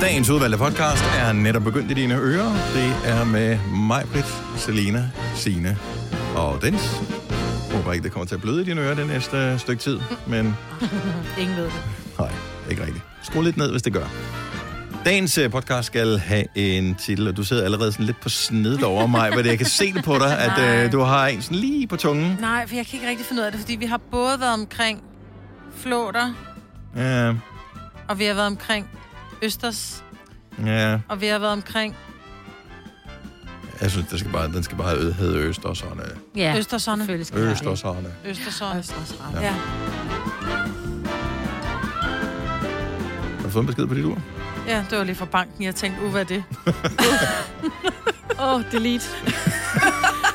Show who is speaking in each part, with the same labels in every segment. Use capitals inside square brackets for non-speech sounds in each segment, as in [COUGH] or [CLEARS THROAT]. Speaker 1: Dagens udvalgte podcast er netop begyndt i dine ører. Det er med mig, Britt, Selina, Sine og Dens. Jeg håber ikke, det kommer til at bløde i dine ører det næste stykke tid, men
Speaker 2: Ingen ved det.
Speaker 1: Nej, ikke rigtigt. Skru lidt ned, hvis det gør. Dagens øh, podcast skal have en titel, og du sidder allerede sådan lidt på snedet over mig, hvor jeg kan se det på dig, at øh, du har en sådan lige på tungen.
Speaker 2: Nej, for jeg kan ikke rigtig finde ud af det, fordi vi har både været omkring flåter,
Speaker 1: Ja,
Speaker 2: og vi har været omkring Østers,
Speaker 1: ja.
Speaker 2: og vi har været omkring
Speaker 1: Jeg synes, den skal bare, den skal bare hedde- hedde Øst og sådan. øh,
Speaker 3: Ja,
Speaker 2: Østersonne.
Speaker 3: selvfølgelig skal
Speaker 1: Øst og sådan.
Speaker 2: Østersonne.
Speaker 3: Østersund.
Speaker 2: Ja.
Speaker 1: Har du fået en besked på dit ur?
Speaker 2: ja, det var lige fra banken. Jeg tænkte, uh, hvad er det?
Speaker 3: Åh, oh,
Speaker 2: [LAUGHS]
Speaker 3: delete.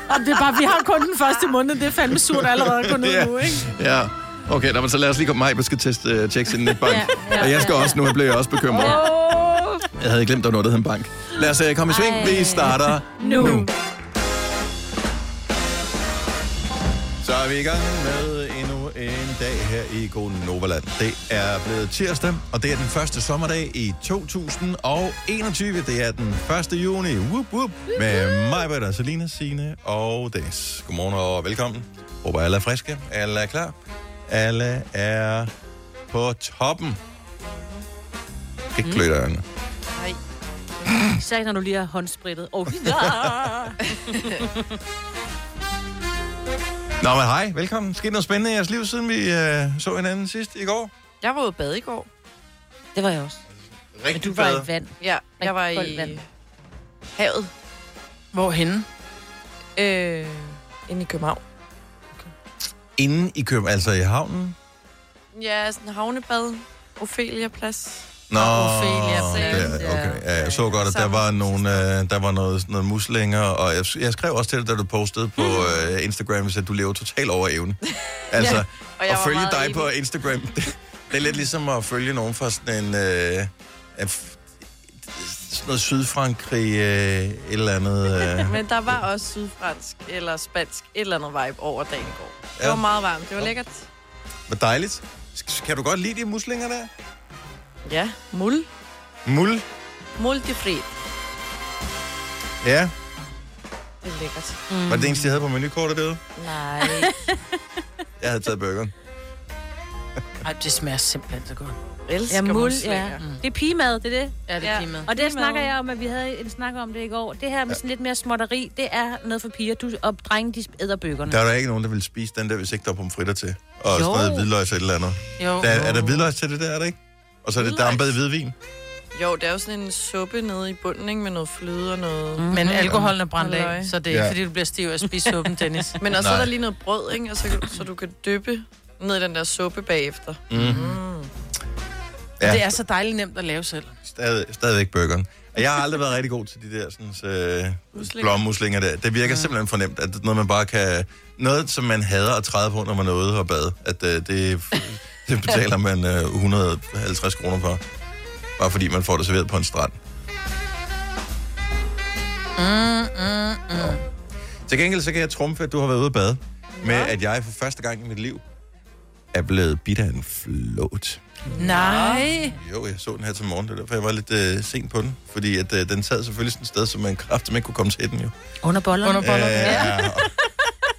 Speaker 3: Og det er bare, vi har kun den første måned. Det er fandme surt allerede at gå ned
Speaker 1: Ja.
Speaker 3: nu, ikke?
Speaker 1: Ja. Okay, nå, men så lad os lige komme mig, jeg skal teste, øh, tjekke
Speaker 3: [LAUGHS]
Speaker 1: sin netbank.
Speaker 3: ja,
Speaker 1: Og jeg skal også, nu blev jeg også bekymret.
Speaker 3: Oh,
Speaker 1: Jeg havde glemt, der var noget, der hed en bank. Lad os øh, komme i sving.
Speaker 3: Ej.
Speaker 1: Vi starter
Speaker 3: nu.
Speaker 1: Så er vi i gang med endnu en dag her i Novaland. Det er blevet tirsdag, og det er den første sommerdag i 2021. Det er den 1. juni. Whoop, whoop. Med mig, Britta, Selina, Signe og Dennis. Godmorgen og velkommen. Håber alle er friske, alle er klar, alle er på toppen. Ikke
Speaker 3: Mm.
Speaker 1: klø dig, Anna.
Speaker 3: Sag, når du lige har håndsprittet. Oh,
Speaker 2: [LAUGHS]
Speaker 3: ja.
Speaker 1: Nå, men hej, velkommen. Skete noget spændende i jeres liv, siden vi øh, så hinanden sidst i går?
Speaker 4: Jeg var ude at bade i går.
Speaker 3: Det var jeg også. Men
Speaker 1: Rigtig
Speaker 3: du var i vand.
Speaker 4: Ja, jeg var
Speaker 3: koldt vand.
Speaker 4: i havet.
Speaker 2: Hvorhenne?
Speaker 4: Øh, inde i København.
Speaker 1: Inden i København, altså i havnen?
Speaker 4: Ja, sådan en havnebad. Ophelia Plads.
Speaker 1: Nå,
Speaker 4: Ophelia
Speaker 1: der,
Speaker 4: Plains,
Speaker 3: ja.
Speaker 1: okay. Ja, jeg så godt, at der
Speaker 4: Sammen
Speaker 1: var, nogle, øh, der var noget, sådan noget muslinger, og jeg, jeg skrev også til dig, da du postede på øh, Instagram, at du lever totalt over
Speaker 4: [LAUGHS]
Speaker 1: evne. Altså, ja,
Speaker 4: Hmm. Og
Speaker 1: at
Speaker 4: var
Speaker 1: følge
Speaker 4: meget
Speaker 1: dig
Speaker 4: enig.
Speaker 1: på Instagram, [LAUGHS] det, det er lidt ligesom at følge nogen fra sådan en... Øh, af f- sådan noget Sydfrankrig, øh, et eller andet...
Speaker 4: [LAUGHS]
Speaker 1: Øh.
Speaker 4: Men der var også sydfransk eller spansk, et eller andet vibe over dagen i går. Det
Speaker 1: Ja.
Speaker 4: var meget varmt, det var lækkert.
Speaker 1: Hvor dejligt. Sk- Kan du godt lide de muslinger der?
Speaker 4: Ja, mul.
Speaker 1: Mul?
Speaker 4: Multifri.
Speaker 1: Ja.
Speaker 4: Det er lækkert.
Speaker 1: Mm. Var det det eneste, jeg havde på menukortet derude?
Speaker 4: Nej.
Speaker 1: Jeg havde taget burgeren.
Speaker 2: Ej, det smager simpelthen så godt.
Speaker 4: Elsker
Speaker 3: Ja, mul, ja. Mm.
Speaker 4: muslinger.
Speaker 2: Mm.
Speaker 3: Det er pigemad, det er det.
Speaker 2: Ja, det
Speaker 4: Ja.
Speaker 2: er klimaet.
Speaker 3: Og det
Speaker 4: Pigemad.
Speaker 3: snakker jeg om, at vi havde en snak om det i går. Det her med sådan lidt mere småtteri, det er noget for piger. Du, og drenge, de æder bøgerne.
Speaker 1: Der er der ikke nogen, der vil spise den der, hvis ikke der er pomfritter til.
Speaker 3: Jo.
Speaker 1: Og jo. sådan noget hvidløg eller et eller andet.
Speaker 2: Jo.
Speaker 1: Der, er der hvidløg til det der, er der ikke? Og så er det
Speaker 4: Hvidløg?
Speaker 1: dampet hvidvin.
Speaker 4: [LAUGHS] Jo, det er jo sådan en suppe nede i bunden, ikke? Med noget fløde og noget... Mm.
Speaker 2: Mm-hmm. Men alkoholen er brændt
Speaker 4: Halløj.
Speaker 2: af, så det er ikke,
Speaker 1: Ja.
Speaker 2: fordi du bliver stiv af at spise suppen, [LAUGHS] Dennis.
Speaker 4: Men også så er
Speaker 1: Nej.
Speaker 4: der lige noget brød, ikke? Og så, kan du- så du kan dyppe ned i den der suppe bagefter.
Speaker 1: Mhm. Ja.
Speaker 2: Ja. Det er så dejligt nemt at lave selv.
Speaker 1: Stadig, stadigvæk burgeren. Og jeg har aldrig været rigtig god til de der sådan, øh,
Speaker 4: Muslinger.
Speaker 1: blommuslinger der. Det virker simpelthen fornemt, at det er noget, man bare kan... Noget, som man hader at træde på, når man er ude og bade. At øh, det, det betaler man øh, 150 kroner for. Bare fordi man får det serveret på en strand.
Speaker 5: Mm,
Speaker 1: Nå. Til gengæld så kan jeg trumfe, at du har været ude at bade. Med at jeg for første gang i mit liv er blevet bidt af en flåt.
Speaker 2: Nej.
Speaker 1: Jo, jeg så den her til morgen, det er derfor, jeg var lidt øh, sent på den. Fordi at, øh, den sad selvfølgelig sådan et sted, som man kraftigt ikke kunne komme til den jo. Øh,
Speaker 3: Under bollerne.
Speaker 2: Under bollerne.
Speaker 1: ja.
Speaker 3: [LAUGHS]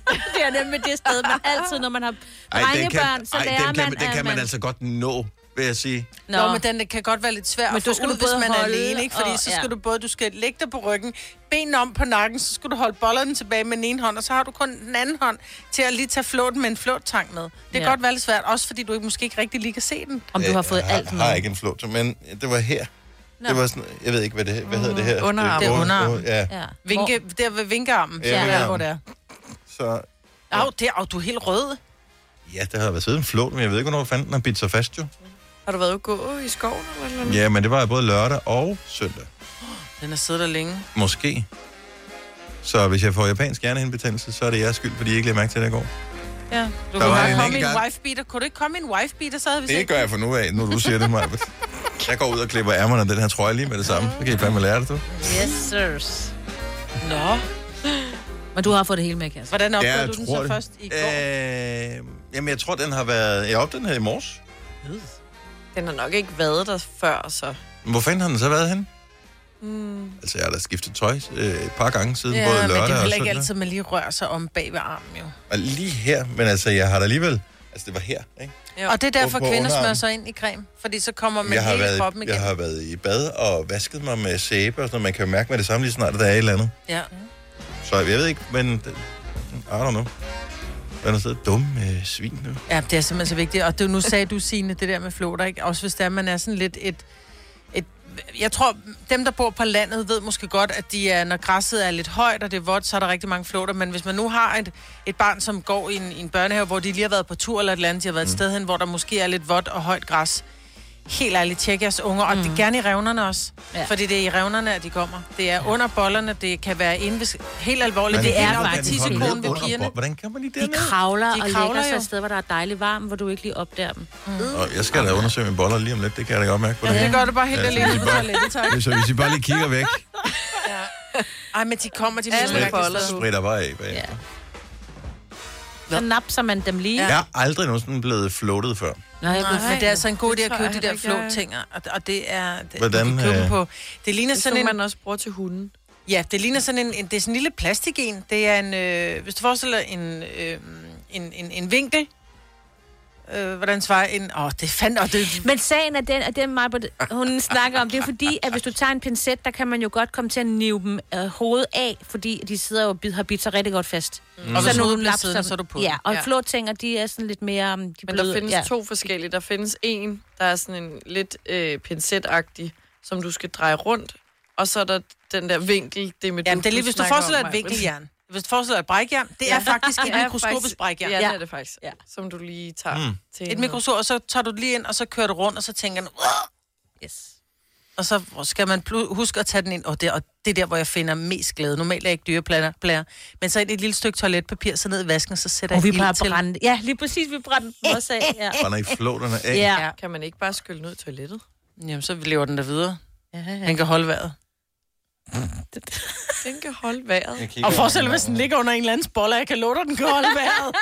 Speaker 3: Det er nemlig det sted,
Speaker 1: [LAUGHS]
Speaker 3: man altid, når man har
Speaker 1: Ej, den kan,
Speaker 3: drengebørn, så
Speaker 1: ej,
Speaker 3: lærer
Speaker 1: den kan,
Speaker 3: man,
Speaker 1: den
Speaker 3: at
Speaker 1: kan man altså godt nå, vil jeg sige.
Speaker 3: Nå,
Speaker 2: Nå. Nå, men den kan godt være lidt svær
Speaker 3: Men
Speaker 2: men at
Speaker 3: du
Speaker 2: få
Speaker 3: skal
Speaker 2: ud,
Speaker 3: du
Speaker 2: hvis
Speaker 3: både
Speaker 2: man er
Speaker 3: holde
Speaker 2: alene, ikke? Fordi
Speaker 3: og-
Speaker 2: så skal
Speaker 3: ja.
Speaker 2: du både, du skal lægge dig på ryggen, benene om på nakken, så skal du holde bollerne tilbage med den ene hånd, og så har du kun den anden hånd til at lige tage flåten med en flåttang med. Det kan
Speaker 3: Ja.
Speaker 2: godt være lidt svært, også fordi du ikke, måske ikke rigtig lige kan se den.
Speaker 3: om du har fået
Speaker 1: jeg
Speaker 3: alt
Speaker 1: har, har
Speaker 3: med.
Speaker 1: ikke en flot, men det var her. Nå. Det var sådan, jeg ved ikke, hvad, det, hvad hedder det
Speaker 3: Mm.
Speaker 1: her?
Speaker 4: underarm.
Speaker 2: Det er
Speaker 1: under-
Speaker 2: underarm.
Speaker 1: Ja,
Speaker 3: Ja.
Speaker 2: Vinke, der ved vinkearmen.
Speaker 1: Ja,
Speaker 2: Ja, ja,
Speaker 1: vinkearmen.
Speaker 2: hvor det er.
Speaker 1: så...
Speaker 2: Au, der, au, du er helt rød.
Speaker 1: Ja, der har været siddet en flot, men jeg ved ikke, hvornår fanden den har bidt sig fast jo.
Speaker 4: Har du været ude at gå i skoven eller noget?
Speaker 1: Ja, men det var både lørdag og søndag.
Speaker 2: Den har siddet der længe.
Speaker 1: Måske. Så hvis jeg får japansk hjernehindbetændelse, så er det jeres skyld, fordi I ikke lagde mærke til det i går.
Speaker 2: Ja. Du kunne
Speaker 1: var en
Speaker 2: bare komme i
Speaker 1: enkelt
Speaker 2: en
Speaker 1: gang-
Speaker 2: wife beater. Kunne du ikke komme i en wife beater, så havde vi
Speaker 1: Det
Speaker 2: set.
Speaker 1: gør jeg for nu af, når du siger det, Maja. Jeg går ud og klipper ærmerne af den her trøje lige med det samme. Så kan I fandme lære det, du.
Speaker 3: Yes, sirs.
Speaker 2: Nå,
Speaker 3: Men du har fået det hele med, Kasper.
Speaker 2: hvordan opdagede
Speaker 1: jeg
Speaker 2: du den så det. først i går? Æh...
Speaker 1: Øh, jamen, jeg tror, den har været... Jeg opdagede den her i morges.
Speaker 4: Den har nok ikke været der før, så.
Speaker 1: Men Hvor fanden har den så været hen?
Speaker 4: Mm.
Speaker 1: Altså, jeg har da skiftet tøj øh, et par gange siden, ja,
Speaker 2: Ja,
Speaker 1: både
Speaker 2: men det
Speaker 1: lørdag
Speaker 2: er
Speaker 1: og
Speaker 2: heller
Speaker 1: søndag.
Speaker 2: ikke altid, man lige rører sig om bag ved armen, jo.
Speaker 1: Og lige her, men altså, jeg har da alligevel... Altså, det var her, ikke?
Speaker 4: Jo.
Speaker 2: Og det er derfor,
Speaker 1: På- på
Speaker 2: kvinder smører
Speaker 1: underarmen.
Speaker 2: sig ind i creme, fordi så kommer man
Speaker 1: jeg har,
Speaker 2: hele
Speaker 1: været,
Speaker 2: kroppen igen.
Speaker 1: jeg har været i bad og vasket mig med sæbe og sådan noget. Man kan jo mærke med det samme lige snart, at der er et eller andet.
Speaker 2: Ja.
Speaker 1: Så jeg ved ikke, men... det- I don't know. Den er så dum øh, svin nu.
Speaker 2: ja, det er simpelthen så vigtigt. Og det, nu sagde du, Signe, det der med floder, ikke? Også hvis det er, man er sådan lidt et... et jeg tror, dem, der bor på landet, ved måske godt, at de er, når græsset er lidt højt, og det er vådt, så er der rigtig mange flåter. Men hvis man nu har et, et barn, som går i en, i en børnehave, hvor de lige har været på tur eller et eller andet, de har været et sted hen, hvor der måske er lidt vådt og højt græs, helt ærligt, tjek jeres unger, og mm. det er gerne i revnerne også.
Speaker 3: Ja.
Speaker 2: Ja. Fordi det er i revnerne, at de kommer. Det er under bollerne, det kan være inde ved, helt alvorligt.
Speaker 1: Men
Speaker 2: det
Speaker 3: er
Speaker 2: er
Speaker 3: faktisk
Speaker 2: faktisk
Speaker 3: helt
Speaker 2: tissekonen ved
Speaker 1: under-
Speaker 2: pigerne.
Speaker 1: Hvordan kan man lige
Speaker 3: De
Speaker 1: det med?
Speaker 3: kravler
Speaker 2: De
Speaker 3: og
Speaker 2: kravler
Speaker 3: lægger sig
Speaker 2: jo.
Speaker 3: et sted, hvor der er dejligt varmt, hvor du ikke lige opdager dem.
Speaker 1: Og jeg skal da undersøge mine boller lige om lidt, det kan jeg da godt mærke på det
Speaker 2: Ja,
Speaker 1: her.
Speaker 2: det gør det bare helt
Speaker 1: Ja,
Speaker 2: ja,
Speaker 1: så
Speaker 2: alene
Speaker 1: de
Speaker 2: på
Speaker 1: bare-
Speaker 2: toilettet, tak.
Speaker 1: Hvis, hvis I bare lige kigger
Speaker 2: [LAUGHS]
Speaker 1: væk,
Speaker 2: Ej, men de kommer, de
Speaker 4: Alle
Speaker 2: mærkelige
Speaker 4: boller.
Speaker 2: steder.
Speaker 1: spritter bare af bagefter.
Speaker 3: Ja. Så napser man dem lige.
Speaker 1: Jeg er aldrig nogensinde blevet floatet før.
Speaker 3: Nå, jeg blev
Speaker 2: Nej, men det er altså en god idé
Speaker 4: det
Speaker 2: at
Speaker 4: tror
Speaker 2: købe
Speaker 4: jeg
Speaker 2: de der
Speaker 4: heller ikke, jeg-
Speaker 2: flåtinger, og, og det er... Det,
Speaker 1: Hvordan,
Speaker 2: du kan købe dem
Speaker 1: øh,
Speaker 2: på. Det ligner
Speaker 4: Det så
Speaker 2: sådan en...
Speaker 4: man også bruger til hunden.
Speaker 2: Ja, det ligner sådan en, en det er sådan en lille plastik en. Det er en, øh, hvis du forestiller en, øh, en, en, en vinkel, øh, hvordan svarer en, åh, det fandt, og det,
Speaker 3: Men sagen er den, at den Marbert, hun snakker om, det er fordi, at hvis du tager en pincet, der kan man jo godt komme til at nive dem øh, hovedet af, fordi de sidder jo og bid- har bidt sig rigtig godt fast. Mm.
Speaker 2: Og hvis hovedet
Speaker 3: du
Speaker 2: bliver
Speaker 3: lapser
Speaker 2: siddende,
Speaker 3: dem.
Speaker 2: så er du på
Speaker 3: Ja,
Speaker 2: den.
Speaker 3: og
Speaker 4: Ja.
Speaker 3: flåtinger, de er sådan lidt mere... um, De
Speaker 4: Men
Speaker 3: bløde,
Speaker 4: der findes
Speaker 3: ja.
Speaker 4: ja. to forskellige. Der findes en, der er sådan en lidt øh, pincetagtig, som du skal dreje rundt. Og så er der den der vinkel, det med
Speaker 2: jamen, det er lige, hvis du
Speaker 4: snakker
Speaker 2: forestiller
Speaker 4: om,
Speaker 2: et
Speaker 4: Maja.
Speaker 2: vinkeljern, hvis du forestiller et brækjern, det er [LAUGHS] faktisk et
Speaker 4: Ja,
Speaker 2: mikroskopisk
Speaker 4: faktisk-
Speaker 2: brækjern.
Speaker 4: Ja,
Speaker 3: Ja.
Speaker 4: det er det faktisk.
Speaker 3: Ja.
Speaker 4: Ja. Som du lige tager mm. til
Speaker 2: Et
Speaker 4: noget.
Speaker 2: mikroskop, og så tager du det lige ind, og så kører du rundt, og så tænker du, "Uah!"
Speaker 3: Yes.
Speaker 2: og så skal man plu- huske at tage den ind, og det, og det er der, hvor jeg finder mest glæde. Normalt er jeg ikke dyreplager, plager. men så ind i et lille stykke toiletpapir, så ned i vasken, så sætter
Speaker 3: Og vi
Speaker 2: jeg
Speaker 3: bare
Speaker 2: ild til.
Speaker 3: brændte. Ja, lige præcis, vi brændte dem også af. Ja.
Speaker 1: Brænder I flåterne af?
Speaker 3: ja.
Speaker 2: Ja.
Speaker 4: Kan man ikke bare skylle ned i toilettet?
Speaker 2: Jamen, så lever den der videre. Den kan holde vejret.
Speaker 4: Den kan holde vejret.
Speaker 1: Jeg kigger
Speaker 2: Og
Speaker 1: over.
Speaker 2: forestil dig, hvis den ligger under en eller anden bolle, jeg kan love dig, den kan holde [LAUGHS] vejret.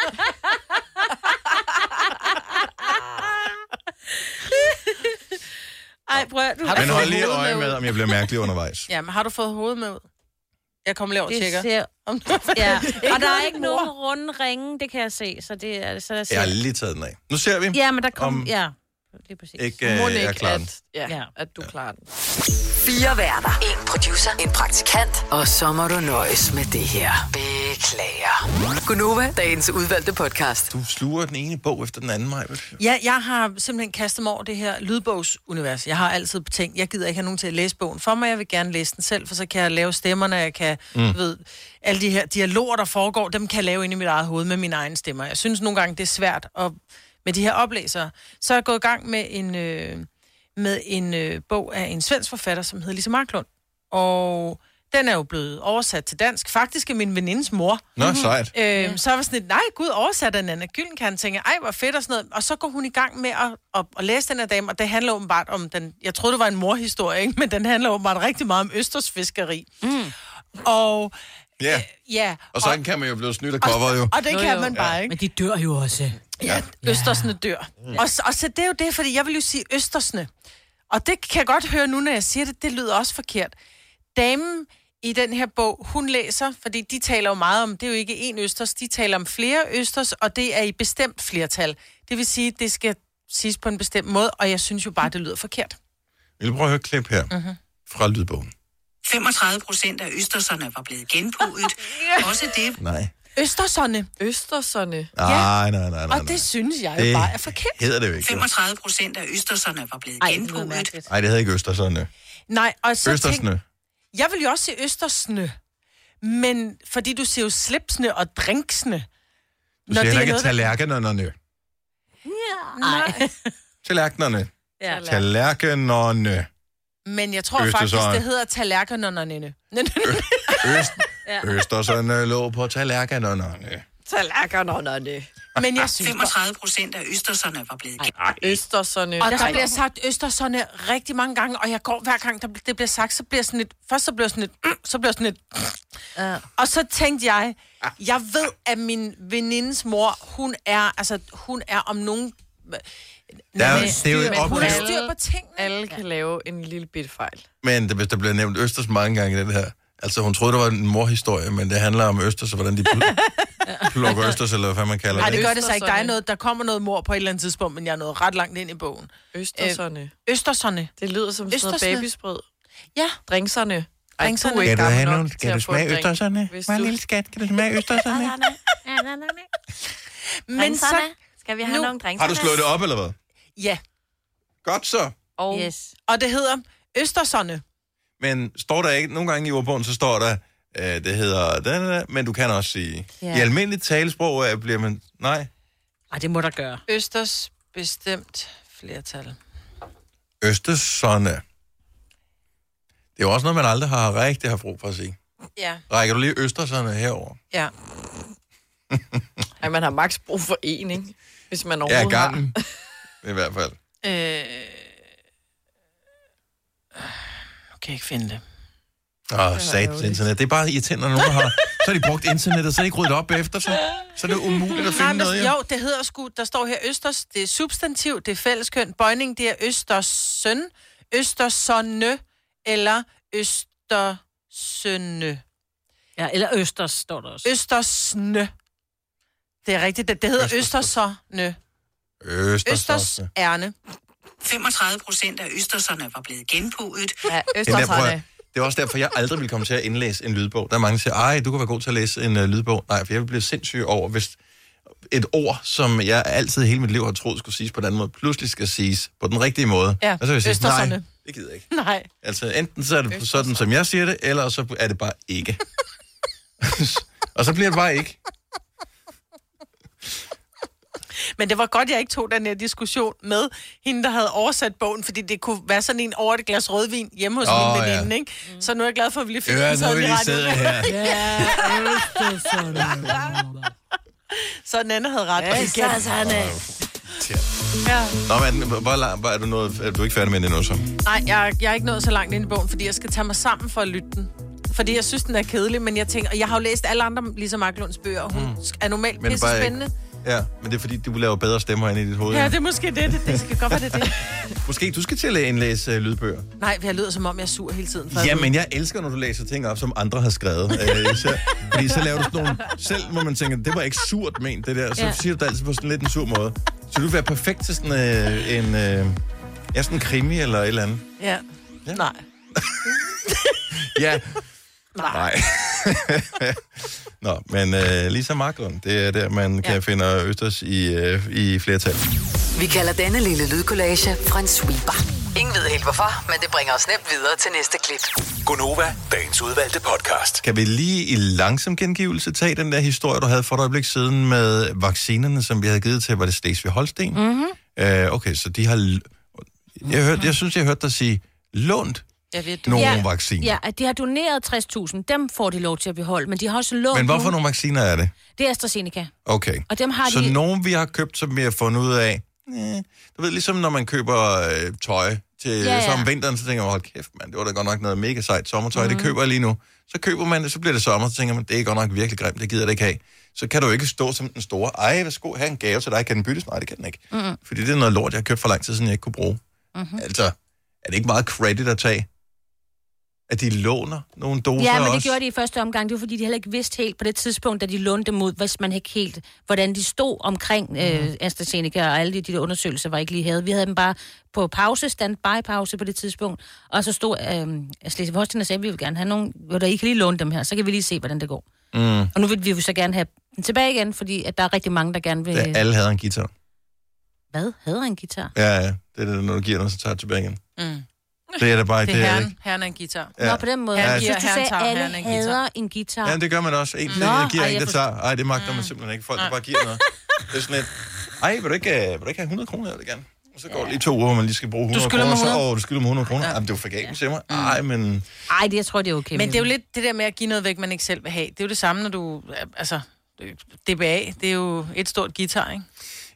Speaker 3: Ej, prøv at- du.
Speaker 2: Har
Speaker 1: Men
Speaker 2: du
Speaker 1: hold
Speaker 2: fået
Speaker 1: lige
Speaker 2: hovedet
Speaker 1: øje
Speaker 2: med
Speaker 1: med,
Speaker 2: ud?
Speaker 1: om jeg bliver mærkelig
Speaker 2: [LAUGHS]
Speaker 1: undervejs.
Speaker 2: Jamen, har du fået hovedet med ud? Jeg kommer lige over og
Speaker 3: det
Speaker 2: tjekker.
Speaker 3: ser...
Speaker 2: Om du... [LAUGHS]
Speaker 4: [LAUGHS]
Speaker 3: Ja. Og der er ikke nogen runde ringe, det kan jeg se, så det er... Så der
Speaker 1: Jeg
Speaker 3: ser...
Speaker 1: har lige taget den af. Nu ser vi,
Speaker 3: Ja, men der kom...
Speaker 1: Om-
Speaker 3: Ja, lige præcis.
Speaker 1: ikke
Speaker 4: Må
Speaker 1: øh, jeg
Speaker 4: ikke,
Speaker 1: klarer den.
Speaker 4: at, ja,
Speaker 3: Ja.
Speaker 4: ja. at du klarer den.
Speaker 6: Fire værter. En producer. En praktikant. Og så må du nøjes med det her. Beklager. Gunova, dagens udvalgte podcast.
Speaker 1: Du sluger den ene bog efter den anden, Maja.
Speaker 2: Ja, jeg har simpelthen kastet mig over det her lydbogsunivers. Jeg har altid tænkt, jeg gider ikke have nogen til at læse bogen for mig. Jeg vil gerne læse den selv, for så kan jeg lave stemmerne. Jeg kan, mm. ved, alle de her dialoger, der foregår, dem kan jeg lave inde i mit eget hoved med mine egne stemmer. Jeg synes nogle gange, det er svært at, med de her oplæsere. Så er jeg gået i gang med en, øh, med en øh, bog af en svensk forfatter, som hedder Lise Marklund. Og den er jo blevet oversat til dansk. Faktisk er min venindes mor
Speaker 1: Nå, sejt.
Speaker 2: Øh, ja. Så var jeg sådan lidt, nej gud, oversat af Nana Gyllenkan, tænker jeg, ej hvor fedt og sådan noget. Og så går hun i gang med at, at, at læse den her dame, og det handler åbenbart om den, jeg troede det var en morhistorie, ikke? men den handler åbenbart rigtig meget om østersfiskeri. Mm. Og
Speaker 1: Ja,
Speaker 2: ja,
Speaker 1: og sådan kan man jo blive snydt af coveret jo.
Speaker 2: og det kan
Speaker 3: jo.
Speaker 2: man bare ikke.
Speaker 7: Men de dør jo også.
Speaker 2: Ja, østersne dør. Mm. Og, så- og så det er jo det, fordi jeg vil jo sige østersne. Og det kan jeg godt høre nu, når jeg siger det, det lyder også forkert. Damen i den her bog, hun læser, fordi de taler jo meget om, det er jo ikke én østers, de taler om flere østers, og det er i bestemt flertal. Det vil sige, det skal siges på en bestemt måde, og jeg synes jo bare, det lyder forkert.
Speaker 1: Vi vil prøve at høre et klip her
Speaker 2: Mhm.
Speaker 1: fra lydbogen.
Speaker 8: 35 procent af østerserne var blevet
Speaker 2: [LAUGHS]
Speaker 8: genpodet. Også det
Speaker 1: Nej.
Speaker 2: Østerserne,
Speaker 4: Østerserne.
Speaker 1: Nej, nej, nej, nej.
Speaker 2: og
Speaker 1: nej.
Speaker 2: det synes jeg jo
Speaker 1: Det
Speaker 2: bare er forkert.
Speaker 1: hedder det jo ikke. jo.
Speaker 8: 35 procent af østerserne var blevet
Speaker 3: Ej, det lyder
Speaker 8: genpodet.
Speaker 3: mærkeligt.
Speaker 1: Nej, det hedder ikke Østersønne.
Speaker 2: Nej, og så tænk,
Speaker 1: Østersnø.
Speaker 2: Jeg vil jo også se østersne, men fordi du ser jo slipsne og drinksne.
Speaker 1: Du siger
Speaker 2: det
Speaker 1: heller
Speaker 2: er
Speaker 1: ikke
Speaker 2: noget, der-
Speaker 1: tallerkenerne.
Speaker 2: [LAUGHS]
Speaker 3: Nej.
Speaker 1: Tallerkenerne.
Speaker 3: Ja.
Speaker 1: Tallerkenerne.
Speaker 2: Men jeg tror
Speaker 1: Østersøen.
Speaker 2: faktisk, det hedder tallerkenerne.
Speaker 1: Øst... Østersønne lå på tallerkenerne.
Speaker 4: Tallerkenerne.
Speaker 2: men jeg synes bare,
Speaker 8: 35 procent af østerserne var blevet genpodet.
Speaker 4: Østerserne.
Speaker 2: og der bliver sagt østerserne rigtig mange gange, og jeg går hver gang, der, bl- det bliver sagt, så bliver jeg sådan lidt, først så bliver jeg sådan lidt, mm, [CLEARS THROAT] så bliver jeg sådan lidt,
Speaker 3: Ja.
Speaker 2: og så tænkte jeg, jeg ved, at min venindes mor, hun er, altså, hun er om nogen
Speaker 1: Der er,
Speaker 2: Men-
Speaker 1: det er jo et
Speaker 2: men hun
Speaker 1: opgave.
Speaker 2: har styr på tingene.
Speaker 4: Alle kan lave en lille bit fejl.
Speaker 1: Men der, der blev nævnt Østers mange gange i den her. Altså, hun troede, det var en morhistorie, men det handler om Østers, og hvordan de
Speaker 2: [LAUGHS]
Speaker 1: pl- plukker Østers, eller hvad man kalder
Speaker 2: Nej,
Speaker 1: det.
Speaker 2: det
Speaker 1: ikke?
Speaker 2: gør det så ikke. Der, er
Speaker 4: Østerserne.
Speaker 2: noget, der kommer noget mor på et eller andet tidspunkt, men jeg er nået ret langt ind i bogen.
Speaker 4: Østerserne.
Speaker 2: Østerserne.
Speaker 4: Det lyder som sådan noget
Speaker 2: Østersne.
Speaker 4: babysprød.
Speaker 2: Ja.
Speaker 4: Dringserne. Ej, du
Speaker 2: Dringserne.
Speaker 4: er ikke
Speaker 1: Skal du
Speaker 4: gammel
Speaker 1: have
Speaker 4: nok
Speaker 1: nogle?
Speaker 4: til
Speaker 1: Skal du
Speaker 4: at få
Speaker 1: smage
Speaker 4: en drink,
Speaker 1: Østerserne?
Speaker 4: hvis
Speaker 1: Mig
Speaker 4: du-
Speaker 1: lille skat, kan du
Speaker 2: [LAUGHS]
Speaker 1: smage Østerserne?
Speaker 2: Ah, Men så...
Speaker 7: Skal vi
Speaker 2: have
Speaker 7: have
Speaker 2: Nu- nogle
Speaker 7: nogle drinks?
Speaker 1: Har du slået det op, eller hvad?
Speaker 2: Ja.
Speaker 1: Godt så.
Speaker 4: Og yes.
Speaker 3: Yes.
Speaker 2: Og det hedder Østerserne.
Speaker 1: Men står der ikke, nogle gange i ordbogen, så står der, øh, det hedder, da, da, da, men du kan også sige,
Speaker 3: Ja.
Speaker 1: i almindeligt talesprog øh, bliver man, nej,
Speaker 3: Ej, det må der gøre.
Speaker 2: Østers bestemt flertal.
Speaker 1: Østerserne. Det er jo også noget, man aldrig har rigtig har brug for at sige.
Speaker 2: Ja.
Speaker 1: Rækker du lige Østerserne herover?
Speaker 2: Ja.
Speaker 4: [LAUGHS] Ej, man har maks brug for en, ikke? Hvis man
Speaker 1: Ja,
Speaker 4: overhovedet har.
Speaker 1: gangen. I hvert fald.
Speaker 2: Øh... Nu kan jeg ikke finde det.
Speaker 1: Åh, sat internet. Det er bare irriterende, når nogen har... Så har de brugt internettet, så er de ikke ryddet op efter, så, så er det umuligt at
Speaker 2: Nej,
Speaker 1: finde
Speaker 2: men,
Speaker 1: noget. Ja.
Speaker 2: jo, det hedder sgu, der står her Østers, det er substantiv, det er fælleskøn, bøjning, det er Østersøn, Østersønne eller Østersønne.
Speaker 3: Ja, eller Østers står der også.
Speaker 2: Østersne. Det er rigtigt, det, det hedder Østersønne. Østers
Speaker 1: Østerserne.
Speaker 2: ærne.
Speaker 8: 35 procent af østerserne var blevet genpodet,
Speaker 4: Ja,
Speaker 1: Det er, der, prøv, at-
Speaker 4: Østerserne.
Speaker 1: det er også derfor, jeg aldrig vil komme til at indlæse en lydbog. Der er mange, der siger, ej, du kan være god til at læse en uh, lydbog. Nej, for jeg vil blive sindssyg over, hvis et ord, som jeg altid hele mit liv har troet skulle siges på den anden måde, pludselig skal siges på den rigtige måde.
Speaker 2: Ja,
Speaker 1: og så vil jeg sige, nej,
Speaker 2: Østerserne.
Speaker 1: det gider jeg ikke.
Speaker 2: Nej.
Speaker 1: Altså, enten så er det sådan, som jeg siger det, eller så er det bare ikke. [LAUGHS] og så bliver det bare ikke.
Speaker 2: Men det var godt, jeg ikke tog den her diskussion med hende, der havde oversat bogen, fordi det kunne være sådan en over et glas rødvin hjemme hos oh,
Speaker 1: Åh,
Speaker 2: min veninde, ja. ikke? Så nu er jeg glad for, at vi lige fik
Speaker 1: Ja,
Speaker 2: den
Speaker 1: nu har
Speaker 2: sådan
Speaker 1: vi
Speaker 2: i
Speaker 1: lige
Speaker 2: radioen.
Speaker 1: siddet
Speaker 2: [LAUGHS]
Speaker 1: her.
Speaker 2: Så den anden havde ret. Ja,
Speaker 1: Ja. Nå, men hvor langt hvor er du noget? Er du ikke færdig med den endnu, så?
Speaker 2: Nej, jeg, jeg er ikke nået så langt ind i bogen, fordi jeg skal tage mig sammen for at lytte den. Fordi jeg synes, den er kedelig, men jeg tænker... Og jeg har jo læst alle andre Lisa Marklunds bøger, og hun mm. er normalt
Speaker 1: Men
Speaker 2: pisse
Speaker 1: bare ikke.
Speaker 2: spændende.
Speaker 1: Ja, men det er fordi, du laver bedre stemmer ind i dit hoved.
Speaker 2: Ja, det er måske det. Det, det skal godt være det, er det.
Speaker 1: Måske du skal til at indlæse uh, lydbøger.
Speaker 2: Nej, jeg lyder som om, jeg er sur hele tiden. For at
Speaker 1: Jamen, jeg elsker, når du læser ting op, som andre har skrevet. Øh, så, fordi så laver du sådan nogle... Selv må man tænke, det var ikke surt ment, det der. Så ja.
Speaker 3: Ja.
Speaker 1: siger du det altid på sådan lidt en sur måde. Så du vil være perfekt til sådan øh, en... Øh, ja, sådan en krimi eller et eller andet.
Speaker 2: Ja.
Speaker 1: Ja.
Speaker 2: ja. Nej.
Speaker 1: Ja. Nej. [LAUGHS] Nå, men øh, Lisa Marklund, det er der, man ja. kan finde Østers i, øh, i flertal.
Speaker 6: Vi kalder denne lille lydkollage en sweeper. Ingen ved helt hvorfor, men det bringer os nemt videre til næste klip.
Speaker 9: Gunova, dagens udvalgte podcast.
Speaker 1: Kan vi lige i langsom gengivelse tage den der historie, du havde for et øjeblik siden med vaccinerne, som vi havde givet til, var det Slesvig-Holsten?
Speaker 3: Mhm.
Speaker 1: Mm-hmm. Øh, okay, så de har... l- Jeg, hørte, jeg synes, jeg hørte dig sige, lånt
Speaker 2: Jeg ved, du...
Speaker 1: nogle ja.
Speaker 3: Ja.
Speaker 1: vacciner. Ja.
Speaker 3: Ja, at de har doneret 60.000. Dem får de lov til at beholde, men de har også lånt
Speaker 1: Men hvorfor
Speaker 3: nogle.
Speaker 1: nogle vacciner er det?
Speaker 3: Det er AstraZeneca.
Speaker 1: Okay.
Speaker 3: Og dem har
Speaker 1: Så
Speaker 3: de...
Speaker 1: nogen, vi har købt, som vi har fundet ud af... eh, Du ved, ligesom når man køber øh, tøj til ja,
Speaker 3: Ja,
Speaker 1: ja.
Speaker 3: ja.
Speaker 1: så om vinteren, så tænker man, hold kæft, mand, det var da godt nok noget mega sejt sommertøj,
Speaker 3: Mhm.
Speaker 1: mm-hmm. det køber jeg lige nu. Så køber man det, så bliver det sommer, så tænker man, det er godt nok virkelig grimt, det gider jeg da ikke have. Så kan du jo ikke stå som den store, ej, værsgo, have en gave til dig, kan den byttes? Nej, det kan den ikke. Mm-hmm. Fordi det er noget lort, jeg har købt for lang tid siden, jeg ikke kunne bruge. Mm-hmm. Altså, er det ikke meget credit at tage? At de låner nogle doser
Speaker 3: Ja, men
Speaker 1: også?
Speaker 3: det gjorde de i første omgang. Det var fordi, de heller ikke vidste helt på det tidspunkt, da de lånte dem ud, hvis man ikke helt, hvordan de stod omkring
Speaker 1: Mm-hmm.
Speaker 3: øh, AstraZeneca og alle de, de der undersøgelser, var ikke lige havde. Vi havde dem bare på pause, standby-pause på det tidspunkt, og så stod øh, Slesvig Holsten og sagde, at vi vil gerne have nogle, hvor der I kan lige låne dem her, så kan vi lige se, hvordan det går. Mm. Og nu vil vi jo så gerne have dem tilbage igen, fordi at der er rigtig mange, der gerne vil...
Speaker 1: Da alle havde en guitar.
Speaker 3: Hvad? Havde han en guitar?
Speaker 1: Ja, ja. Det er det, når du giver den, så tager du tilbage igen. Mm. Det er da bare, det,
Speaker 2: Det
Speaker 1: det
Speaker 2: er
Speaker 1: er det
Speaker 2: herren.
Speaker 1: ikke.
Speaker 2: Herren er en guitar.
Speaker 3: Ja. Nå, på den måde.
Speaker 2: Han
Speaker 3: Ja,
Speaker 2: giver-
Speaker 3: jeg synes, du
Speaker 2: han
Speaker 3: sagde,
Speaker 2: tager-
Speaker 3: at alle
Speaker 2: han er en guitar.
Speaker 3: hader en guitar.
Speaker 1: Ja, det gør man også. En,
Speaker 3: Nå,
Speaker 1: der giver,
Speaker 3: ej,
Speaker 1: en,
Speaker 3: jeg
Speaker 1: der
Speaker 3: forstår- Mm.
Speaker 1: tager. Ej, det magter man simpelthen ikke. Folk, der bare giver noget. Det er sådan lidt, ej, vil du ikke, øh, vil du ikke have 100 kroner? Jeg vil gerne. Og så går det lige to uger, hvor man lige skal bruge 100
Speaker 2: skylder
Speaker 1: kroner.
Speaker 2: mig
Speaker 1: Så,
Speaker 2: 100.
Speaker 1: åh, du skylder mig 100 kroner. Jamen, det var for galt, siger
Speaker 3: Mm.
Speaker 1: mig. Ej, men...
Speaker 3: Ej, det, jeg tror, det er okay.
Speaker 2: Men det er jo lidt det der med at give noget væk, man ikke selv vil have. Det er jo det samme, når du... Altså, DBA, det er jo et stort guitar, ikke?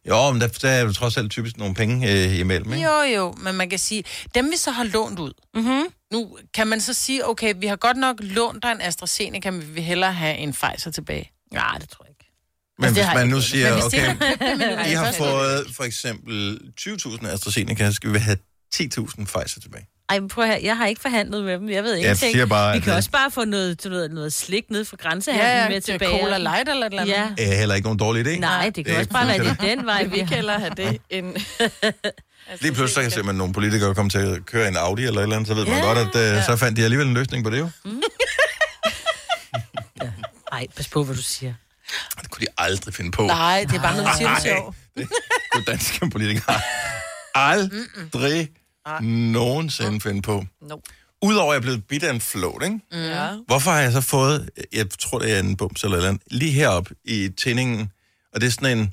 Speaker 1: Jo, men der, der er jo trods alt typisk nogle penge øh, imellem, ikke?
Speaker 2: Jo, jo, men man kan sige, dem vi så har lånt ud, mm-hmm. nu kan man så sige, okay, vi har godt nok lånt dig en AstraZeneca, men vi vil hellere have en Pfizer tilbage.
Speaker 3: Nej, det tror jeg ikke.
Speaker 1: Men altså,
Speaker 3: det
Speaker 1: hvis
Speaker 3: har
Speaker 1: man
Speaker 3: jeg
Speaker 1: nu
Speaker 3: ikke.
Speaker 1: siger,
Speaker 3: Men hvis det
Speaker 1: okay,
Speaker 3: ikke er købt det, [LAUGHS] men
Speaker 1: I
Speaker 3: det
Speaker 1: har
Speaker 3: første-
Speaker 1: fået for eksempel 20.000 AstraZeneca, skal vi have 10.000 Pfizer tilbage.
Speaker 3: Ej, men prøv at høre, jeg har ikke forhandlet med dem. Jeg ved ingenting.
Speaker 1: siger bare,
Speaker 3: Vi
Speaker 1: at
Speaker 3: kan
Speaker 1: det-
Speaker 3: også bare få noget, du ved, noget slik ned fra grænsehandlen
Speaker 2: Ja, ja,
Speaker 3: med
Speaker 2: det er
Speaker 3: tilbage.
Speaker 2: cola light eller et eller andet.
Speaker 3: Ja.
Speaker 1: Er heller ikke nogen dårlig idé.
Speaker 3: Nej, det kan
Speaker 1: er
Speaker 3: også bare være
Speaker 1: fuldstændig-
Speaker 3: det er den vej, vi
Speaker 4: Vi kan
Speaker 3: kan.
Speaker 4: hellere have det end... altså,
Speaker 1: Lige pludselig så kan jeg simpelthen nogle politikere komme til at køre en Audi eller et eller andet, så ved man
Speaker 3: Ja.
Speaker 1: godt, at øh, så fandt de alligevel en løsning på det jo.
Speaker 3: Ej, pas på, hvad du siger.
Speaker 1: Det kunne de aldrig finde på.
Speaker 2: Nej, det er bare noget, du siger, det er
Speaker 1: Nej,
Speaker 2: sjovt.
Speaker 1: det kunne danske politikere aldrig nogensinde finde på.
Speaker 4: No.
Speaker 1: Udover at jeg er blevet bidt af en float, ikke?
Speaker 3: Mm.
Speaker 4: Ja.
Speaker 1: Hvorfor har jeg så fået, jeg tror det er en bums eller et eller andet, lige heroppe i tændingen, og det er sådan en,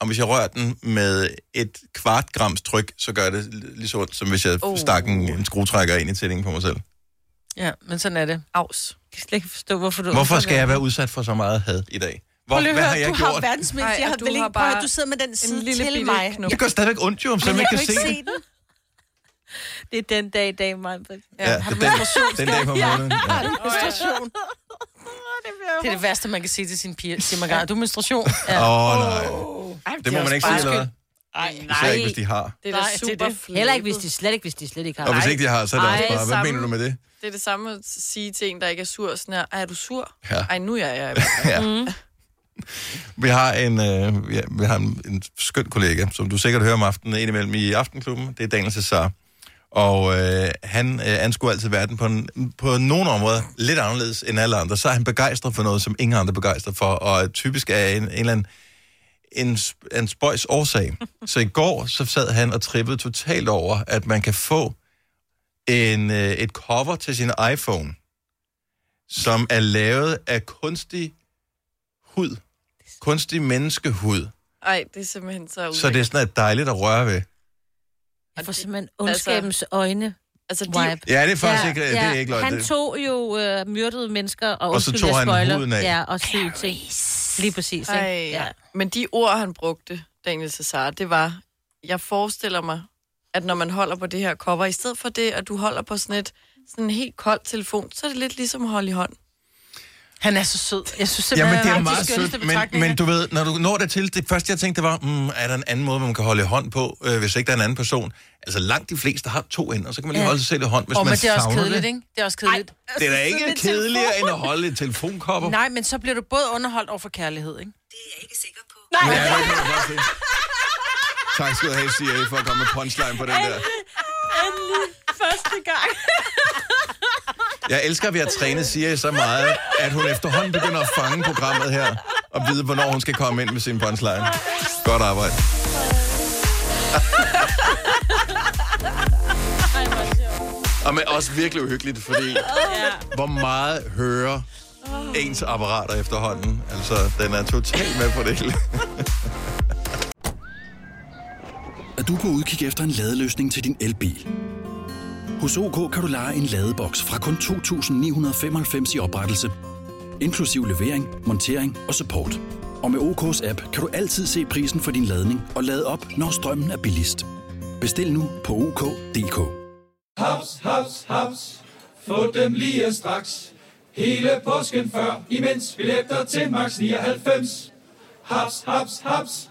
Speaker 1: om hvis jeg rører den med et kvart grams tryk, så gør det lige så ondt, som hvis jeg oh.
Speaker 4: Oh.
Speaker 1: stak en, en skruetrækker ind i tændingen på mig selv.
Speaker 2: Ja, men sådan er det.
Speaker 4: Aus.
Speaker 3: Jeg kan slet ikke forstå, hvorfor du...
Speaker 1: Hvorfor skal jeg være udsat for så meget had i dag? Hvor, hvad har jeg
Speaker 2: du
Speaker 1: gjort?
Speaker 2: har verdens mindste.
Speaker 4: Nej,
Speaker 2: Jeg har
Speaker 4: og du
Speaker 2: vel
Speaker 4: har
Speaker 2: ikke prøvet,
Speaker 4: bare
Speaker 2: du sidder med den side
Speaker 4: lille
Speaker 2: til
Speaker 4: bitte
Speaker 2: mig.
Speaker 4: knop.
Speaker 1: Det gør stadigvæk ondt, jo, om så man kan se det.
Speaker 2: den.
Speaker 3: Det er den dag i dag, mig. Det
Speaker 1: Ja, det er den, den dag på
Speaker 2: [LAUGHS]
Speaker 1: måneden. Ja.
Speaker 2: Menstruation. Det er det værste, man kan sige til sin piger. Sig mig, "Gar, du er menstruation. Ja.
Speaker 1: Åh, oh, nej. Det må man ikke sige, eller hvad?
Speaker 2: Ej,
Speaker 1: Især ikke, hvis de har.
Speaker 4: Det er da
Speaker 2: Nej, det er
Speaker 4: super
Speaker 2: det.
Speaker 4: flabet.
Speaker 3: Heller ikke, hvis de slet ikke, hvis de slet ikke har.
Speaker 1: Og hvis ikke de har, så er det
Speaker 4: Ej,
Speaker 1: også bare, hvad
Speaker 4: samme.
Speaker 1: mener du med det?
Speaker 4: Det er det samme at sige til en, der ikke er sur. Sådan her, "Ej, er du sur?
Speaker 1: Ja.
Speaker 4: Ej, nu er jeg. jeg.
Speaker 1: [LAUGHS] Ja. Mm. Vi har en, øh, ja, vi har en, en skøn kollega, som du sikkert hører om aftenen, indimellem i Aftenklubben. Det er Daniel Cesar. Og øh, han øh, anskuer altid verden på, en, på nogle områder lidt anderledes end alle andre. Så er han begejstret for noget, som ingen andre er begejstret for, og typisk er en, en eller anden en, sp- en spøjs årsag. Så i går så sad han og trippede totalt over, at man kan få en, øh, et cover til sin iPhone, som er lavet af kunstig hud. Kunstig menneskehud.
Speaker 4: Ej, det er simpelthen så
Speaker 1: Så det er
Speaker 4: ulækkert.
Speaker 1: sådan at dejligt at røre ved.
Speaker 3: Jeg får simpelthen ondskabens øjne.
Speaker 4: Altså, de,
Speaker 3: Wipe.
Speaker 1: Ja, det er faktisk ja, ikke, det er ikke løgn.
Speaker 3: Han
Speaker 1: Det-
Speaker 3: tog jo øh, myrdede mennesker, og,
Speaker 1: Og så
Speaker 3: undskyld,
Speaker 1: tog
Speaker 3: jeg
Speaker 1: han
Speaker 3: spoiler,
Speaker 1: huden af.
Speaker 3: Ja, og syge ting. Lige præcis, ikke?
Speaker 4: Ej,
Speaker 3: Ja.
Speaker 4: ja. Men de ord, han brugte, Daniel Cesar, det var, jeg forestiller mig, at når man holder på det her cover, i stedet for det, at du holder på sådan et sådan en helt kold telefon, så er det lidt ligesom at holde i hånd.
Speaker 2: Han er så sød. Jeg synes
Speaker 1: Jamen,
Speaker 2: simpelthen,
Speaker 1: det er
Speaker 2: han
Speaker 1: meget
Speaker 2: de skønneste
Speaker 1: sødt, men,
Speaker 2: betragtninger.
Speaker 1: men du ved, når du når det til, det første jeg tænkte, det var, mm, er der en anden måde, man kan holde hånd på, øh, hvis ikke der er en anden person? Altså langt de fleste har to ender, så kan man lige
Speaker 2: Ja.
Speaker 1: holde sig selv i hånd, hvis
Speaker 2: Åh,
Speaker 1: man
Speaker 2: men det er også
Speaker 1: savner
Speaker 2: kedeligt, ikke? Altså, Det er også kedeligt.
Speaker 3: altså,
Speaker 1: Det er da ikke kedeligere, end at holde et telefonkopper.
Speaker 2: Nej, men så bliver du både underholdt over for kærlighed, ikke?
Speaker 1: Ja, det kan
Speaker 2: [LAUGHS]
Speaker 1: jeg godt se. Tak skal du have, CIA, for at komme med punchline på den der.
Speaker 3: Første gang.
Speaker 1: Jeg elsker, at vi har trænet Siri så meget, at hun efterhånden begynder at fange programmet her, og vide, hvornår hun skal komme ind med sin punchline. Godt arbejde. og men også virkelig uhyggeligt, fordi hvor meget hører ens apparater efterhånden. Altså, den er totalt med på det hele.
Speaker 7: at du kan udkigge efter en ladeløsning til din elbil. Hos OK kan du lege en ladeboks fra kun 2.995 i oprettelse, inklusiv levering, montering og support. Og med OK's app kan du altid se prisen for din ladning og lade op, når strømmen er billigst. Bestil nu på OK.dk.
Speaker 10: Haps, haps, haps. Få dem lige straks. Hele påsken før, imens billetter til max 99. Haps, haps, haps.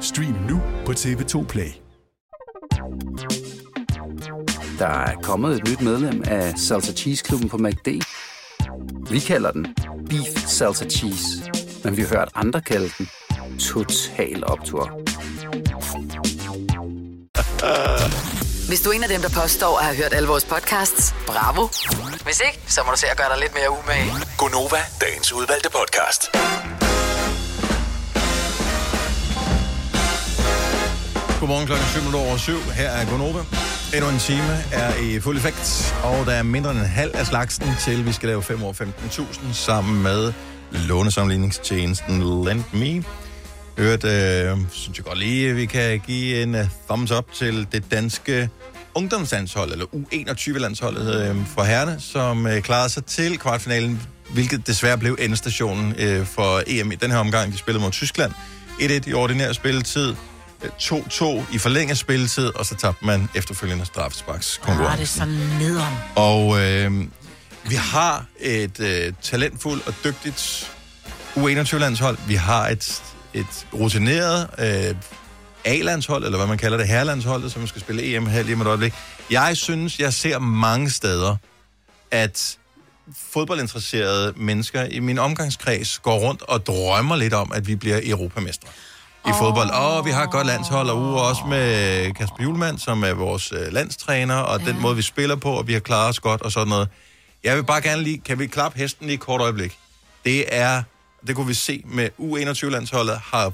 Speaker 7: Stream nu på TV2 Play.
Speaker 11: Der er kommet et nyt medlem af Salsa Cheese Klubben på MACD. Vi kalder den Beef Salsa Cheese. Men vi har hørt andre kalde den Total Optor.
Speaker 1: Øh.
Speaker 6: Hvis du er en af dem, der påstår at have hørt alle vores podcasts, bravo. Hvis ikke, så må du se at gøre dig lidt mere umage.
Speaker 9: Gonova, dagens udvalgte podcast.
Speaker 1: Godmorgen klokken 7 minutter over 7. Her er Gonova. Endnu en time er i fuld effekt, og der er mindre end en halv af slagsen til, vi skal lave 5 år 15.000 sammen med lånesamligningstjenesten LendMe. Øvrigt, øh, synes jeg godt lige, vi kan give en uh, thumbs up til det danske ungdomslandshold, eller U21-landsholdet øh, for herrene, som øh, klarede sig til kvartfinalen, hvilket desværre blev endestationen øh, for EM i den her omgang. De spillede mod Tyskland 1-1 i ordinær spilletid, øh, 2-2 i forlænget spilletid, og så tabte man efterfølgende straffesparkskonkurrence.
Speaker 2: Ah, det er så nederen.
Speaker 1: Og øh, vi har et øh, talentfuldt og dygtigt U21-landshold. Vi har et, et rutineret øh, A-landshold, eller hvad man kalder det, herrelandsholdet, som skal spille EM her lige om et øjeblik. Jeg synes, jeg ser mange steder, at fodboldinteresserede mennesker i min omgangskreds går rundt og drømmer lidt om, at vi bliver europamestre i fodbold. Og vi har et godt landshold, og uge også med Kasper Julemand, som er vores øh, landstræner, og den måde, vi spiller på, og vi har klaret os godt og sådan noget. Jeg vil bare gerne lige, kan vi klappe hesten lige et kort øjeblik? Det er, det kunne vi se med U21-landsholdet, har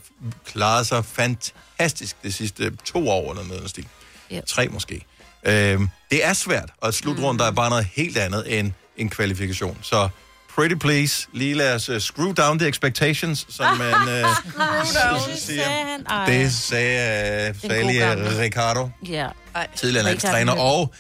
Speaker 1: klaret sig fantastisk de sidste to år eller noget i den stil.
Speaker 3: Yep.
Speaker 1: Tre måske. Øhm, det er svært, og et slutrunde, der er bare noget helt andet end en kvalifikation. Så pretty please, lige lad os øh, screw down the expectations, som man... Øh,
Speaker 2: Rudolf,
Speaker 1: siger-
Speaker 2: sagde han. Ej.
Speaker 1: det sagde, øh, sagde
Speaker 2: god
Speaker 1: lige
Speaker 2: gammel.
Speaker 1: Ricardo,
Speaker 3: Ja.
Speaker 1: tidligere landstræner og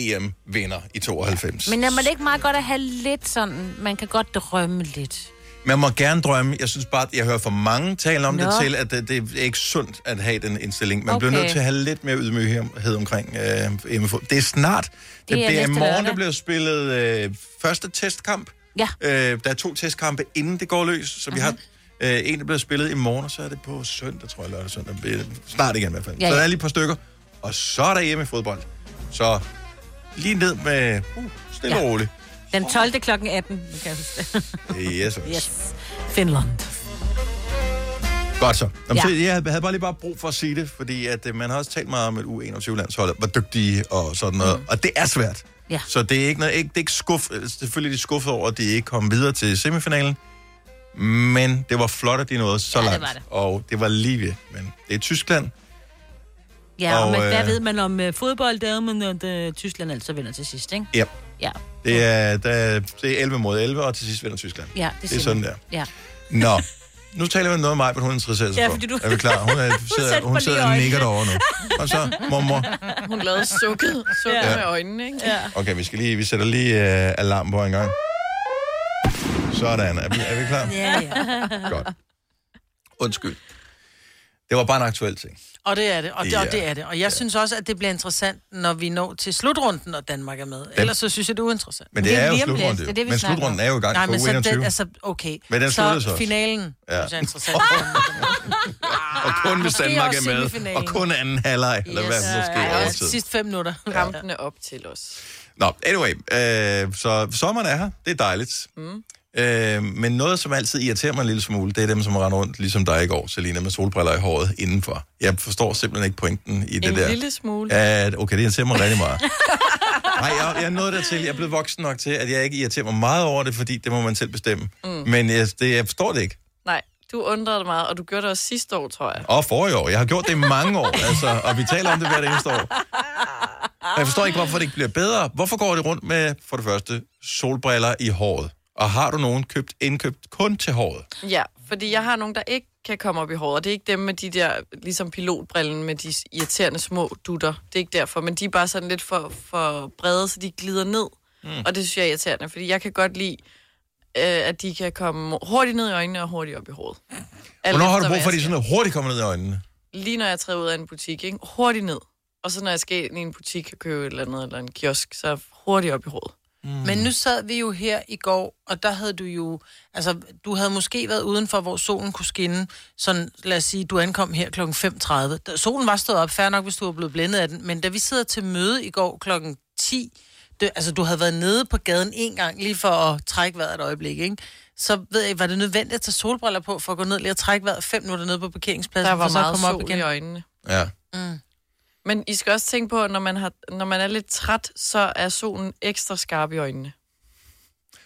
Speaker 1: EM-vinder i 92.
Speaker 3: Men er man ikke meget godt at have lidt sådan, man kan godt drømme lidt.
Speaker 1: Man må gerne drømme. Jeg synes bare, at jeg hører for mange tale om Nå. det
Speaker 3: Nå.
Speaker 1: til, at det, det er ikke sundt at have den indstilling. Man okay.
Speaker 3: Okay.
Speaker 1: bliver nødt til at have lidt mere ydmyghed omkring øh, MFO. Det er snart. Det,
Speaker 3: er
Speaker 1: det bliver i
Speaker 3: næste
Speaker 1: morgen,
Speaker 3: lørdag.
Speaker 1: der bliver spillet øh, første testkamp.
Speaker 3: Ja.
Speaker 1: Øh, der er to testkampe, inden det går løs. Så vi har øh, en, der bliver spillet i morgen, og så er det på søndag, tror jeg, lørdag søndag. Øh, Snart igen i hvert fald.
Speaker 3: Ja,
Speaker 1: Så der
Speaker 3: ja.
Speaker 1: er lige et par stykker. Og så er der hjemme i fodbold. Så lige ned med uh, stille ja.
Speaker 3: Ja.
Speaker 1: og roligt.
Speaker 3: Den 12. klokken 18, kan jeg huske.
Speaker 1: Yes, yes.
Speaker 3: [LAUGHS] Yes. Finland.
Speaker 1: Godt så. Jamen,
Speaker 3: Ja.
Speaker 1: ja. så. Jeg havde bare lige bare brug for at sige det, fordi at, øh, man har også talt meget om et U21-landshold, hvor dygtige og sådan noget, mm. og det er svært.
Speaker 3: Ja.
Speaker 1: Så det er ikke, noget, ikke, det er ikke skuff, øh, selvfølgelig er de skuffet over, at de ikke kom videre til semifinalen, men det var flot, at de nåede så
Speaker 3: Ja, det
Speaker 1: langt,
Speaker 3: var det.
Speaker 1: og det var lige ved. Men det er Tyskland,
Speaker 3: Ja, og,
Speaker 1: Og,
Speaker 3: og man, hvad
Speaker 1: øh,
Speaker 3: ved man om øh, fodbold, der men at øh, Tyskland altså vinder til sidst, ikke?
Speaker 1: ja.
Speaker 3: Ja.
Speaker 1: Det er, der, det er 11 mod 11, og til sidst vinder Tyskland.
Speaker 3: Ja,
Speaker 1: det, det er sådan der.
Speaker 3: Ja.
Speaker 1: Nå, nu taler vi om noget med mig, men hun interesserer sig
Speaker 4: Ja,
Speaker 1: for.
Speaker 4: fordi [LAUGHS] du-
Speaker 1: Er vi klar? Hun, er, sidder,
Speaker 4: satte
Speaker 1: hun
Speaker 4: mig
Speaker 1: sidder
Speaker 4: lige i øjnene.
Speaker 1: og nikker derovre nu. Og så, mormor,
Speaker 4: Hun lavede sukket, sukket
Speaker 1: Ja.
Speaker 4: ja. med øjnene, ikke? Ja.
Speaker 1: Okay, vi skal lige, vi sætter lige øh, alarm på en gang. Sådan, er vi, er vi klar?
Speaker 2: ja.
Speaker 1: Godt. Undskyld. Det var bare en aktuel ting.
Speaker 2: Og det er det, og det, og
Speaker 1: Ja.
Speaker 2: det er det. Og jeg ja. synes også, at det bliver interessant, når vi når til slutrunden, når Danmark er med. Ellers så synes jeg, det er uinteressant.
Speaker 1: Men det er jo slutrunden, jo. Men slutrunden er jo i gang
Speaker 2: Nej,
Speaker 1: på
Speaker 2: men så
Speaker 1: U21.
Speaker 2: den, altså, okay.
Speaker 1: Men den
Speaker 2: så
Speaker 1: sluttede så også.
Speaker 2: finalen,
Speaker 1: Ja.
Speaker 2: ja. synes jeg er interessant.
Speaker 1: Og kun hvis
Speaker 2: Måske
Speaker 1: Danmark
Speaker 2: Ah, også
Speaker 1: er med,
Speaker 2: semifinalen.
Speaker 1: og kun anden halvleg, yes. eller hvad der sker
Speaker 2: ja,
Speaker 1: ja,
Speaker 2: ja. Sidst fem minutter.
Speaker 4: Kampene op til os.
Speaker 1: Nå, anyway, øh, så sommeren er her, det er dejligt.
Speaker 4: Hmm?
Speaker 1: Mm. Øh, men noget, som altid irriterer mig en lille smule, det er dem, som render rundt, ligesom dig i går, Selina, med solbriller i håret indenfor. Jeg forstår simpelthen ikke pointen i det
Speaker 4: En
Speaker 1: der.
Speaker 4: lille smule.
Speaker 1: At, okay, det irriterer mig rigtig
Speaker 4: [LAUGHS]
Speaker 1: meget. Nej, jeg, jeg er nået dertil. Jeg er blevet voksen nok til, at jeg ikke irriterer mig meget over det, fordi det må man selv bestemme. Mm. Men jeg, det, jeg forstår det ikke.
Speaker 4: Hmm. Nej, du undrede dig meget, og du gjorde det også sidste år, tror jeg.
Speaker 1: Og forrige år. Jeg har gjort det i mange år, altså, og vi taler om det hvert eneste år. Og jeg forstår ikke, hvorfor det ikke bliver bedre. Hvorfor går det rundt med, for det første, solbriller i håret? Og har du nogen købt indkøbt kun til håret?
Speaker 4: Ja, fordi jeg har nogen, der ikke kan komme op i håret. Det er ikke dem med de der, ligesom pilotbrillen med de irriterende små dutter. Det er ikke derfor, men de er bare sådan lidt for, for brede, så de glider ned.
Speaker 12: Mm.
Speaker 4: Mm.
Speaker 1: Hmm.
Speaker 4: Og det synes jeg er irriterende, fordi jeg kan godt lide, øh, at de kan komme hurtigt ned i øjnene og hurtigt op i håret. Alt
Speaker 1: Hvornår har du
Speaker 4: efter,
Speaker 1: brug
Speaker 4: hvad
Speaker 1: for, at
Speaker 4: jeg
Speaker 1: de sådan noget hurtigt kommer ned i øjnene?
Speaker 4: skal. Lige når jeg træder ud af en butik, ikke? hurtigt ned. Og så når jeg skal ind i en butik og købe et eller andet, eller en kiosk, så hurtigt op i håret.
Speaker 2: Men nu sad vi jo her i går, og der havde du jo... Altså, du havde måske været udenfor, hvor solen kunne skinne. Sådan, lad os sige, du ankom her kl. 5.30. Da- Solen var stået op, fair nok, hvis du var blevet blændet af den. Men da vi sidder til møde i går kl. 10... Det, altså, du havde været nede på gaden en gang, lige for at trække vejret et øjeblik, ikke? Så ved jeg, ikke, var det nødvendigt at tage solbriller på, for at gå ned lige og trække vejret fem minutter nede på parkeringspladsen,
Speaker 4: Der var
Speaker 2: for så at
Speaker 4: meget
Speaker 2: komme op
Speaker 4: sol
Speaker 2: igen?
Speaker 4: i øjnene.
Speaker 1: Ja.
Speaker 2: Mm.
Speaker 4: Men I skal også tænke på, at når man, har, når man er lidt træt, så er solen ekstra skarp i øjnene.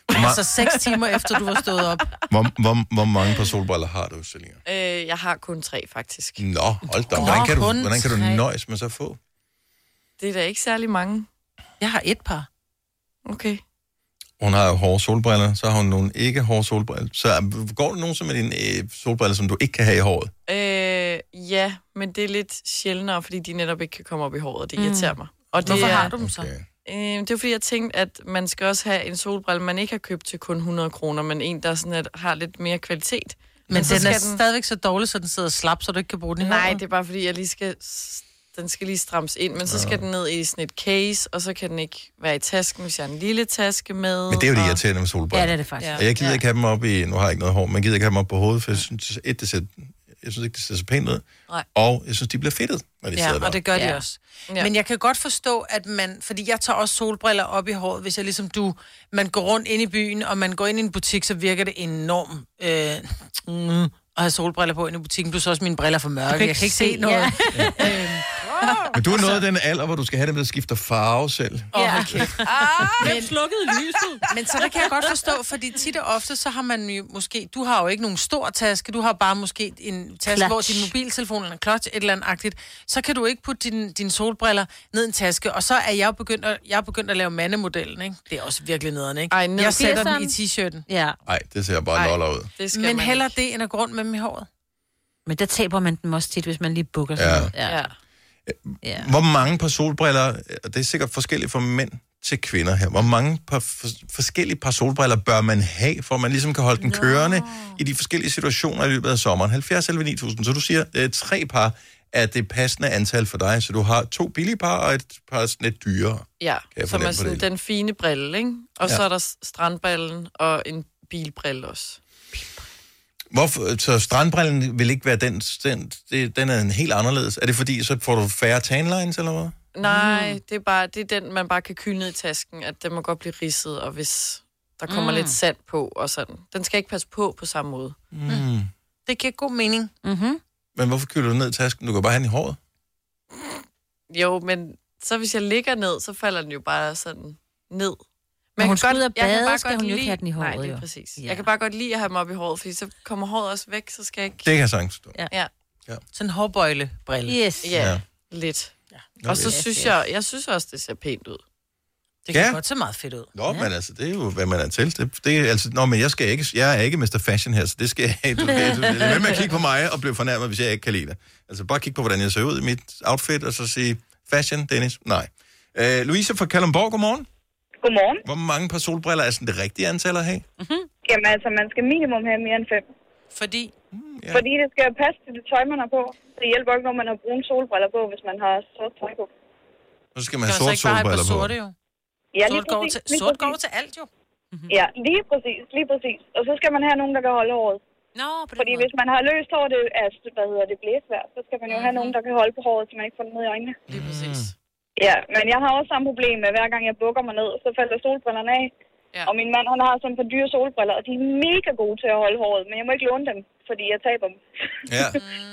Speaker 1: Hvor, ma-
Speaker 2: Altså, seks timer efter, du var stået op.
Speaker 1: hvor, hvor, hvor mange par solbriller har du, Selina?
Speaker 4: Øh, jeg har kun tre, faktisk.
Speaker 1: Nå, hold da.
Speaker 4: Nå,
Speaker 1: Hvordan kan, du,
Speaker 4: kun
Speaker 1: hvordan kan du
Speaker 4: tre.
Speaker 1: nøjes med så få?
Speaker 4: Det er da ikke særlig mange.
Speaker 2: Jeg har et par.
Speaker 4: Okay.
Speaker 1: hun har hårde solbriller, så har hun nogle ikke hårde solbriller. Så øh, går du nogen som med dine øh, solbriller, som du ikke kan have i håret?
Speaker 4: Øh, ja, men det er lidt sjældnere, fordi de netop ikke kan komme op i håret, og det
Speaker 2: Mm.
Speaker 4: irriterer mig. Og det
Speaker 2: Hvorfor
Speaker 4: er,
Speaker 2: har du dem så? Okay.
Speaker 4: Øh, det er fordi, jeg tænkte, at man skal også have en solbrille, man ikke har købt til kun 100 kroner, men en, der sådan at, har lidt mere kvalitet.
Speaker 2: Men, men den er den... stadigvæk så dårlig, så den sidder slap, så du ikke kan bruge den i
Speaker 4: Nej,
Speaker 2: håret.
Speaker 4: det er bare fordi, jeg lige skal... s- Den skal lige strammes ind, men så skal den ned i sådan et case, og så kan den ikke være i tasken, hvis jeg har en lille taske med.
Speaker 1: Men det er jo det
Speaker 4: og...
Speaker 1: irriterende med
Speaker 4: Ah.
Speaker 1: solbriller.
Speaker 4: Ja, det er det faktisk.
Speaker 1: Og jeg gider
Speaker 4: Ja.
Speaker 1: ikke have dem op i, nu har jeg ikke noget hår, men jeg gider ikke have dem op på hovedet, for jeg synes, et, det ser, jeg synes ikke, det ser så pænt ud.
Speaker 2: Nej.
Speaker 1: Og jeg synes, de bliver fedtet, når de
Speaker 2: ja,
Speaker 1: sidder der.
Speaker 2: og det gør de også. Ja. Men jeg kan godt forstå, at man... Fordi jeg tager også solbriller op i håret, hvis jeg ligesom du... Man går rundt ind i byen, og man går ind i en butik, så virker det enormt... Øh, mm, at have solbriller på ind i butikken, plus også mine briller for mørke. Jeg kan ikke se noget. Ja.
Speaker 1: Men du er nået den alder, hvor du skal have dem, der skifter farve selv.
Speaker 2: Ja. Okay. Men slukkede lyset. [LAUGHS] Men så det kan jeg godt forstå, fordi tit og ofte, så har man jo måske... Du har jo ikke nogen stor taske, du har bare måske en taske,
Speaker 3: Clutch.
Speaker 2: clutch. hvor din mobiltelefon eller en clutch, et eller andet agtigt. Så kan du ikke putte din, dine solbriller ned i en taske, og så er jeg jo begyndt at, jeg er begyndt at lave mandemodellen, ikke? Det er også virkelig nederen, ikke? Ej,
Speaker 4: ned
Speaker 2: jeg sætter den i
Speaker 3: 80'eren.
Speaker 2: t-shirten.
Speaker 3: Ja.
Speaker 1: Nej, det ser bare
Speaker 2: Ej.
Speaker 1: loller ud.
Speaker 4: Det
Speaker 2: Men heller det, end at gå rundt med dem i håret.
Speaker 3: Men der taber man dem også tit, hvis man lige bukker
Speaker 1: Ja.
Speaker 3: sig.
Speaker 2: Ja.
Speaker 3: ja.
Speaker 1: Hvor mange par solbriller, øh, og det er sikkert forskelligt fra mænd til kvinder her, hvor mange par, for, forskellige par solbriller bør man have, for at man ligesom kan holde den kørende i de forskellige situationer i løbet af sommeren? 70 eller 9000, så du siger øh, tre par er det passende antal for dig, så du har to billige par og et par sådan lidt dyrere.
Speaker 4: Ja,
Speaker 1: jeg
Speaker 4: som er
Speaker 1: fornemme på
Speaker 4: sådan
Speaker 1: det?
Speaker 4: den fine brille, ikke? Og
Speaker 1: Ja.
Speaker 4: så er der s- strandbrillen og en bilbrille også.
Speaker 1: Hvorfor, så strandbrillen vil ikke være den, den, det- den er en helt anderledes. Er det fordi, så får du færre tanlines eller hvad?
Speaker 4: Nej,
Speaker 1: Mm.
Speaker 4: det er bare det er den, man bare kan kyle ned i tasken, at den må godt blive ridset, og hvis der kommer
Speaker 2: Mm.
Speaker 4: mm. lidt sand på og sådan. Den skal ikke passe på på samme måde.
Speaker 1: Mm.
Speaker 2: Det giver god mening.
Speaker 3: Mm-hmm.
Speaker 1: Men hvorfor køler du ned i tasken? Du kan bare have den i håret.
Speaker 4: Jo, men så hvis jeg ligger ned, så falder den jo bare sådan ned.
Speaker 3: Når
Speaker 4: Men
Speaker 3: hun skal ud at bade, skal hun jo ikke have den i håret,
Speaker 4: Nej, det
Speaker 3: jo.
Speaker 4: er præcis. Ja. Jeg kan bare godt lide at have dem op i håret, fordi så kommer håret også væk, så skal jeg ikke...
Speaker 1: Det kan jeg sagtens forstå.
Speaker 4: Ja. ja.
Speaker 1: Ja.
Speaker 2: Sådan en hårbøjlebrille.
Speaker 4: Yes. Ja,
Speaker 1: Ja.
Speaker 4: ja. lidt.
Speaker 1: Nå,
Speaker 4: Ja. Og så
Speaker 1: yes,
Speaker 4: synes
Speaker 1: yes.
Speaker 4: jeg, jeg synes også, det ser pænt ud.
Speaker 2: Det kan
Speaker 1: Ja.
Speaker 2: godt se meget fedt ud.
Speaker 1: Nå, ja. men altså, det er jo, hvad man er til. Det, det er, altså, nå, men jeg, skal ikke, jeg er ikke Mr. Fashion her, så det skal jeg du, det, du, lad være med at kigge på mig og blive fornærmet, hvis jeg ikke kan lide det. Altså, bare kig på, hvordan jeg ser ud i mit outfit, og så sige, fashion, Dennis, nej. Øh, Louise fra Kalundborg, godmorgen.
Speaker 12: Godmorgen.
Speaker 1: Hvor mange par solbriller er sådan det rigtige antal at have?
Speaker 12: Jamen altså, man skal minimum have mere end fem.
Speaker 2: Fordi?
Speaker 1: ja.
Speaker 12: Fordi det skal passe til det tøj, man har på. Det hjælper ikke, når man har brune solbriller på, hvis man har sort tøj på.
Speaker 1: Så skal man have sorte solbriller på.
Speaker 2: sorte, jo.
Speaker 12: Ja,
Speaker 2: Sort går til- sort går til alt jo.
Speaker 12: Ja, lige præcis, lige præcis. Og så skal man have nogen, der kan holde håret.
Speaker 3: Nå, på
Speaker 12: Fordi hvis man har løst hår, det er, hvad hedder det, blæsvær, så skal man jo have nogen, der kan holde på håret, så man ikke får det ned i øjnene.
Speaker 4: Lige præcis.
Speaker 12: Ja, men jeg har også samme problem med, hver gang jeg bukker mig ned, så falder solbrillerne af.
Speaker 4: Ja.
Speaker 12: Og min mand, han har sådan et par dyre solbriller, og de er mega gode til at holde håret, men jeg må ikke låne dem, fordi jeg taber dem.
Speaker 1: Ja.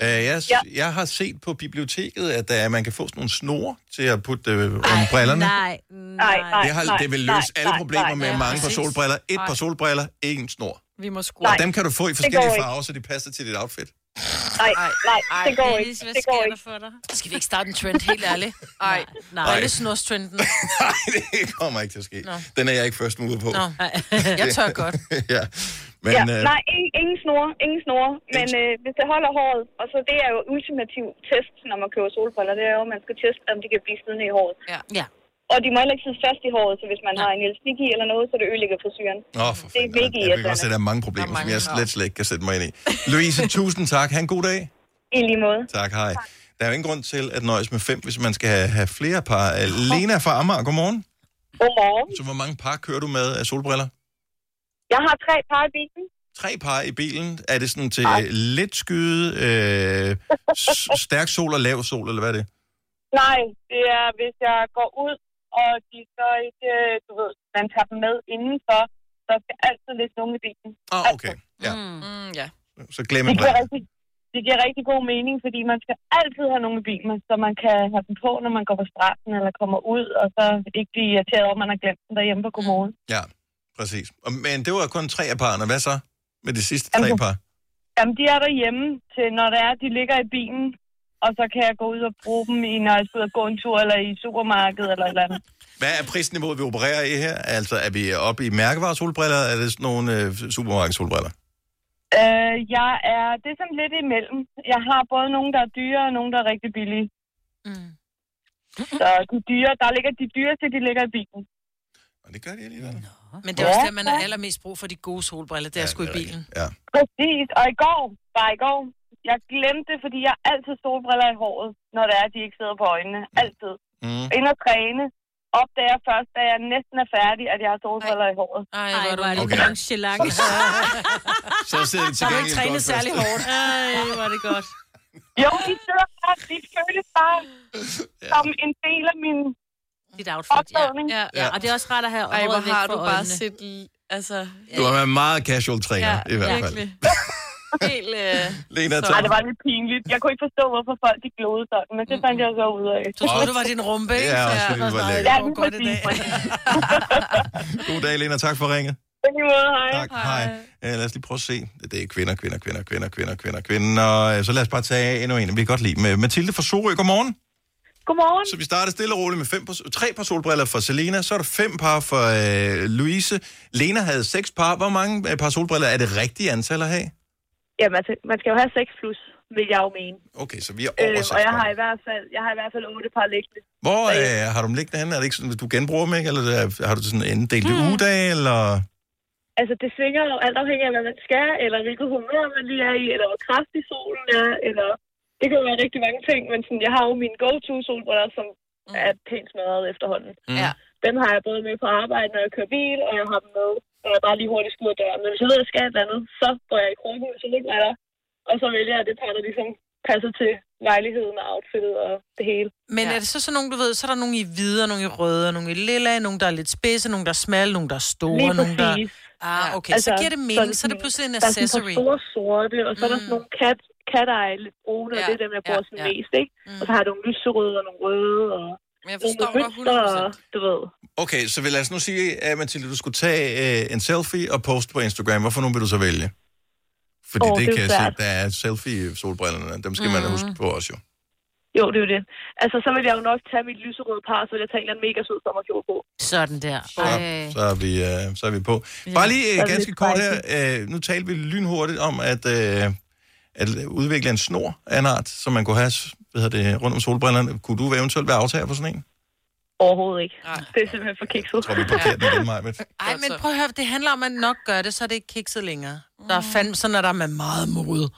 Speaker 1: Øh, jeg, ja. jeg har set på biblioteket, at der, man kan få sådan nogle snore til at putte øh, om brillerne.
Speaker 3: Nej,
Speaker 12: nej, nej,
Speaker 1: det, har,
Speaker 12: nej,
Speaker 1: det vil løse
Speaker 12: nej,
Speaker 1: alle
Speaker 12: nej,
Speaker 1: problemer
Speaker 12: nej,
Speaker 1: med
Speaker 12: nej,
Speaker 1: mange par
Speaker 12: præcis.
Speaker 1: solbriller. Et
Speaker 12: Nej.
Speaker 1: par solbriller, en snor.
Speaker 4: Vi må skrue.
Speaker 1: Nej.
Speaker 12: Nej.
Speaker 1: Og dem kan du få i
Speaker 12: Det
Speaker 1: forskellige
Speaker 12: går ikke.
Speaker 1: farver, så de passer til dit outfit. [LAUGHS]
Speaker 12: Nej, nej, det går
Speaker 2: Ej,
Speaker 12: ikke.
Speaker 2: Dennis, hvad
Speaker 12: Det går
Speaker 2: sker der
Speaker 12: ikke.
Speaker 2: for dig? Så skal vi ikke starte en trend, helt ærligt.
Speaker 4: Ej,
Speaker 2: [LAUGHS] nej.
Speaker 1: Nej.
Speaker 2: Brillesnorstrenden.
Speaker 1: Nej, det kommer ikke til at ske.
Speaker 2: Nå.
Speaker 1: Den er jeg ikke først ude på. [LAUGHS]
Speaker 2: Nå, jeg tør godt.
Speaker 1: ja. Men,
Speaker 12: ja,
Speaker 1: øh,
Speaker 12: nej, ingen, ingen snore, ingen snore. Men øh, hvis det holder håret, og så det er jo ultimativ test, når man køber solbriller, det er jo, at man skal teste, om de kan blive siddende i håret.
Speaker 4: Ja.
Speaker 3: ja.
Speaker 12: Og de må heller ikke sidde fast i håret, så hvis man har en elastik i eller noget, så det ødelægger frisyren.
Speaker 1: Nå, for
Speaker 12: det er
Speaker 1: fanden.
Speaker 12: virkelig
Speaker 1: Jeg kan godt se,
Speaker 12: irriterende.
Speaker 1: at der er mange problemer, som jeg slet, slet ikke kan sætte mig ind i. Louise, tusind tak. Ha' en god dag.
Speaker 12: I lige måde.
Speaker 1: Tak, hej. Der er jo ingen grund til at nøjes med fem, hvis man skal have, have flere par. Øh, Lena fra Amager, godmorgen.
Speaker 12: Godmorgen.
Speaker 1: Så hvor mange par kører du med af solbriller?
Speaker 12: Jeg har tre par i
Speaker 1: [LAUGHS]
Speaker 12: bilen.
Speaker 1: Tre par i bilen. Er det sådan til øh, lidt skyde, øh, s- stærk sol og lav sol, eller hvad er det?
Speaker 12: Nej, det er, hvis jeg går ud, og de så ikke, øh, du ved, man tager dem med indenfor, så skal altid lidt nogen i bilen.
Speaker 1: Ah, okay. Ja.
Speaker 4: Mm, ja.
Speaker 1: Så glem
Speaker 12: Det
Speaker 1: en
Speaker 12: giver, rigtig, det giver rigtig god mening, fordi man skal altid have nogle i bilen, så man kan have dem på, når man går på stranden eller kommer ud, og så ikke blive irriteret over, at man har glemt dem derhjemme på kommunen.
Speaker 1: Ja, præcis. Og- Men det var kun tre af parerne. Hvad så med de sidste tre par?
Speaker 12: Jamen, de er derhjemme, til når det er, de ligger i bilen, og så kan jeg gå ud og bruge dem, i, når jeg skal ud og gå en tur, eller i supermarkedet, eller et eller andet.
Speaker 1: Hvad er prisniveauet, vi opererer i her? Altså, er vi oppe i mærkevaresolbriller, eller er det sådan nogle øh, supermarkedssolbriller?
Speaker 12: Øh, jeg er, det er sådan lidt imellem. Jeg har både nogle, der er dyre, og nogle, der er rigtig billige.
Speaker 2: Mm.
Speaker 12: Så de dyre, der ligger de dyreste, de ligger i bilen.
Speaker 1: Og det gør de alligevel.
Speaker 2: Men det er også
Speaker 12: Ja.
Speaker 2: der, man har allermest brug for de gode solbriller. Det er ja, sgu i bilen.
Speaker 1: Ja.
Speaker 12: Præcis, og i går, bare i går, jeg glemte det, fordi jeg har altid solbriller i håret, når det er, at de ikke sidder på øjnene. Altid.
Speaker 1: Mm.
Speaker 12: Ind og træne. Opdager jeg først, da jeg næsten er færdig, at jeg har solbriller i håret.
Speaker 2: Ej,
Speaker 3: Ej, hvor er det
Speaker 1: Okay.
Speaker 3: okay.
Speaker 1: [LAUGHS]
Speaker 3: nonchalant.
Speaker 1: Så sidder det til gengæld godt fast. [LAUGHS]
Speaker 3: Ej, hvor er det godt.
Speaker 12: Jo, de sidder bare, de føles bare som en del af min
Speaker 3: Dit outfit, ja. ja.
Speaker 1: Ja.
Speaker 3: ja. Og det er også rart at have
Speaker 4: Ej,
Speaker 3: håret
Speaker 4: hvor
Speaker 3: væk
Speaker 4: har
Speaker 3: fra
Speaker 4: du bare
Speaker 3: øjnene.
Speaker 4: set... l- Altså,
Speaker 1: Du er en meget casual træner, ja, i hvert fald.
Speaker 2: [LAUGHS]
Speaker 4: Helt, øh,
Speaker 1: Lena,
Speaker 12: så...
Speaker 1: tak.
Speaker 12: Ej, det var lidt pinligt. Jeg kunne ikke forstå, hvorfor folk de glodede sådan, men det fandt jeg så ud af.
Speaker 2: Du troede, det var din rumpe, ikke?
Speaker 1: Ja, også fordi det var lækkert.
Speaker 12: Ja,
Speaker 2: Det
Speaker 12: lige
Speaker 2: går godt i dag.
Speaker 12: præcis.
Speaker 1: God dag, Lena. Tak for ringet.
Speaker 12: På lige måde, hej.
Speaker 1: Tak, hej. Uh, lad os lige prøve at se. Det er kvinder, kvinder, kvinder, kvinder, kvinder, kvinder, kvinder. Øh, Så lad os bare tage endnu en, vi kan godt lide. Med Mathilde fra Sorø, godmorgen.
Speaker 12: Godmorgen.
Speaker 1: Så vi starter stille og roligt med fem par, tre par solbriller for Selena, så er der fem par for øh, Louise. Lena havde seks par. Hvor mange øh, par solbriller er det rigtige antal at have?
Speaker 12: Jamen, altså, man skal jo have 6 plus, vil jeg jo mene.
Speaker 1: Okay, så vi er over
Speaker 12: Øh,
Speaker 1: seks
Speaker 12: og jeg
Speaker 1: par.
Speaker 12: har, i hvert fald, jeg har i hvert fald 8 par liggende.
Speaker 1: Hvor øh, har du dem liggende henne? Er det ikke sådan, at du genbruger dem, ikke? Eller øh, har du sådan en delt mm.
Speaker 12: Hmm.
Speaker 1: ugedag, eller...
Speaker 12: Altså, det svinger jo alt afhængig af, hvad man skal, eller hvilket humør man lige er i, eller hvor kraftig solen er, eller... Det kan jo være rigtig mange ting, men sådan, jeg har jo mine go-to-solbriller, som
Speaker 2: Mm.
Speaker 12: er pænt smadret efterhånden.
Speaker 1: Ja.
Speaker 12: Dem har jeg både med på arbejde, når jeg kører bil, og jeg har dem med, når jeg bare lige hurtigt skal ud af døren. Men hvis jeg ved, at jeg skal et eller andet, så går jeg i krogen, så ligger jeg der, og så vælger jeg det par, der ligesom passer til lejligheden og outfittet og det hele.
Speaker 2: Men er det så sådan nogle, du ved, så er der nogle i hvide, og nogle i røde, og nogle i lilla, nogle der er lidt spidse, nogle der er smalle, nogle der er store,
Speaker 12: Lige
Speaker 2: nogle der...
Speaker 12: præcis.
Speaker 2: Ah, okay, altså, så giver det mening, så er det pludselig en accessory.
Speaker 12: Der er
Speaker 2: Mm.
Speaker 12: sådan et par store sorte, og så er der sådan nogle kat, kat lidt brune, ja, og det er dem, jeg bruger ja, sådan ja. mest, ikke? Mm. Og så har jeg nogle lyserøde og nogle røde, og
Speaker 4: jeg
Speaker 12: forstår nogle mønstre, og du ved.
Speaker 1: Okay, så vil lad os nu sige, at Mathilde, du skulle tage øh, en selfie og poste på Instagram. Hvorfor nogen vil du så vælge? Fordi
Speaker 12: Åh,
Speaker 1: oh, det,
Speaker 12: det er
Speaker 1: det kan jeg
Speaker 12: jo
Speaker 1: se,
Speaker 12: svært.
Speaker 1: der er selfie-solbrillerne. Dem skal mm. man
Speaker 12: Mhm.
Speaker 1: huske på også jo.
Speaker 12: Jo, det er jo det. Altså, så vil jeg jo nok tage mit lyserøde par, og så vil jeg tage en eller anden mega sød sommerkjole på.
Speaker 3: Sådan der.
Speaker 1: Ja, så, er vi, øh, så er vi på. Bare lige
Speaker 12: Så er
Speaker 1: øh,
Speaker 12: vi
Speaker 1: ganske
Speaker 12: lidt
Speaker 1: kort her. Øh, nu talte vi lynhurtigt om at, øh, at udvikle en snor af en art, som man kunne have hvad hedder det, rundt om solbrillerne. Kunne du eventuelt være aftager på sådan en?
Speaker 12: Overhovedet ikke. Det er simpelthen for kikset.
Speaker 1: Tror vi parkerer den igen, Majbet?
Speaker 2: Ej, men prøv at høre, det handler om, at man nok gør det, så er det ikke kikset længere. Der er fandme sådan, at der er med meget mode.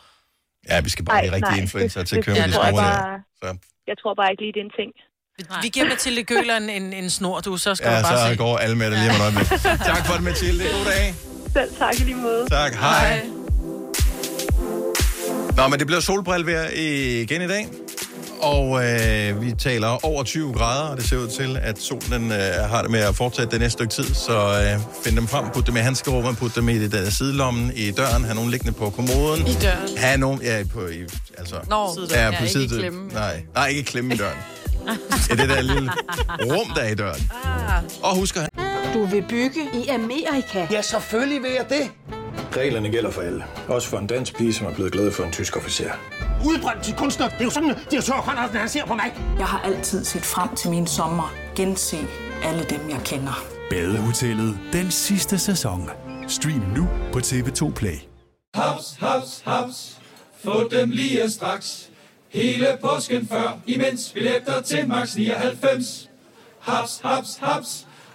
Speaker 1: Ja, vi skal bare have rigtig influencer til at køre med de
Speaker 12: tror jeg,
Speaker 1: snore der.
Speaker 12: bare,
Speaker 1: Så,
Speaker 12: jeg tror bare ikke lige, det er en ting.
Speaker 2: Vi giver Mathilde Gøler en, en, en snor, du, så skal
Speaker 1: ja,
Speaker 2: du bare
Speaker 1: så
Speaker 2: se.
Speaker 1: går alle med det lige om et øjeblik. Tak for det, Mathilde. God dag.
Speaker 12: Selv tak i lige måde.
Speaker 1: Tak, hej. Nå, men det bliver solbrilvejr igen i dag. Og øh, vi taler over 20 grader, og det ser ud til, at solen den, øh, har det med at fortsætte det næste stykke tid. Så øh, find dem frem, put dem i handskerummet, put dem i det der sidelommen, i døren, have nogen liggende på kommoden.
Speaker 4: I døren.
Speaker 1: Have nogen, ja, på, i, altså,
Speaker 4: Nå, sidedøren.
Speaker 1: ja, på
Speaker 4: Ja, ikke i
Speaker 1: sidedøren.
Speaker 4: klemmen.
Speaker 1: Nej, nej, ikke i klemme i døren. Det er det der lille rum, der er i døren. Og husk at
Speaker 13: Ah. Du vil bygge i Amerika? Ja, selvfølgelig vil jeg det.
Speaker 14: Reglerne gælder for alle. Også for en dansk pige, som er blevet glad for en tysk officer.
Speaker 8: Udbrændt til kunstner. Det er jo sådan, at de har tørt, Conradsen, han ser på mig. Jeg har altid set frem til min sommer. Gense alle dem, jeg kender.
Speaker 15: Badehotellet den sidste sæson. Stream nu på TV2 Play.
Speaker 10: Haps, haps, haps. Få dem lige straks. Hele påsken før, imens billetter til max 99. Haps, haps, haps.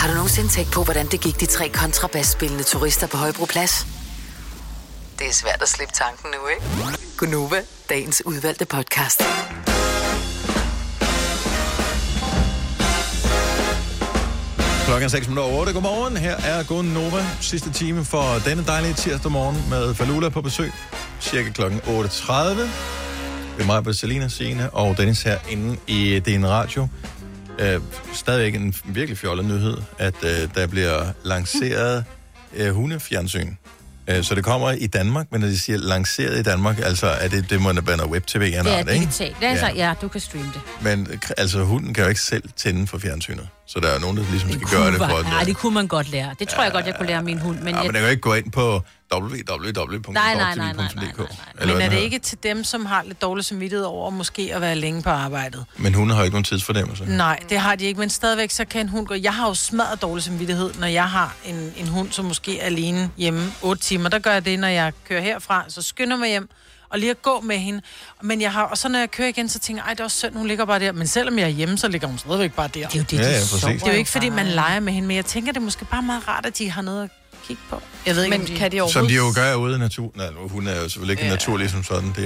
Speaker 6: Har du nogensinde tænkt på, hvordan det gik de tre kontrabasspillende turister på Højbroplads? Det er svært at slippe tanken nu, ikke? Gunova, dagens udvalgte podcast.
Speaker 1: Klokken er 6 minutter over otte. Godmorgen. Her er Gunn Nova. Sidste time for denne dejlige tirsdag morgen med Falula på besøg. Cirka klokken 8.30. Ved mig, på Selina Signe og Dennis herinde i DN Radio. Øh, stadigvæk en virkelig fjollet nyhed, at øh, der bliver lanceret øh, hundefjernsyn. Øh, så det kommer i Danmark, men når de siger lanceret i Danmark, altså er det det, man banner web-tv eller
Speaker 3: det er
Speaker 1: noget, ikke?
Speaker 3: digitalt. Ja. Altså, ja, du kan streame det.
Speaker 1: Men øh, altså, hunden kan jo ikke selv tænde for fjernsynet. Så der er jo nogen, der ligesom skal gøre det for den.
Speaker 3: Nej, det kunne man godt lære. Det tror jeg godt, jeg kunne lære min hund. Men,
Speaker 1: Ja, men
Speaker 3: jeg,
Speaker 1: den kan jo ikke gå ind på
Speaker 2: Nej, nej, nej, nej, nej,
Speaker 1: www.dogtv.dk.
Speaker 2: Men er det ikke til dem, som har lidt dårlig samvittighed over måske at være længe på arbejdet?
Speaker 1: Men hunden har jo ikke nogen tidsfornemmelse.
Speaker 2: Nej, det har de ikke, men stadigvæk så kan en hund gå. Jeg har jo smadret dårlig samvittighed, når jeg har en, en hund, som måske er alene hjemme 8 timer. Der gør jeg det, når jeg kører herfra, så skynder jeg mig hjem og lige at gå med hende. Men jeg har, og så når jeg kører igen, så tænker jeg, ej, det er også synd, hun ligger bare der. Men selvom jeg er hjemme, så ligger hun stadigvæk bare der. Det er jo,
Speaker 1: det, Ja, de ja, præcis. sover
Speaker 2: det er jo
Speaker 1: jo
Speaker 2: ikke, fordi man leger med hende, men jeg tænker, det er måske bare meget rart, at de har noget at kigge på. Jeg ved ikke,
Speaker 4: Men
Speaker 2: om de...
Speaker 4: kan de
Speaker 1: Som de jo gør ude i naturen. Nej, nu, hun er jo selvfølgelig ikke
Speaker 4: Ja.
Speaker 1: ja. naturlig som sådan. Det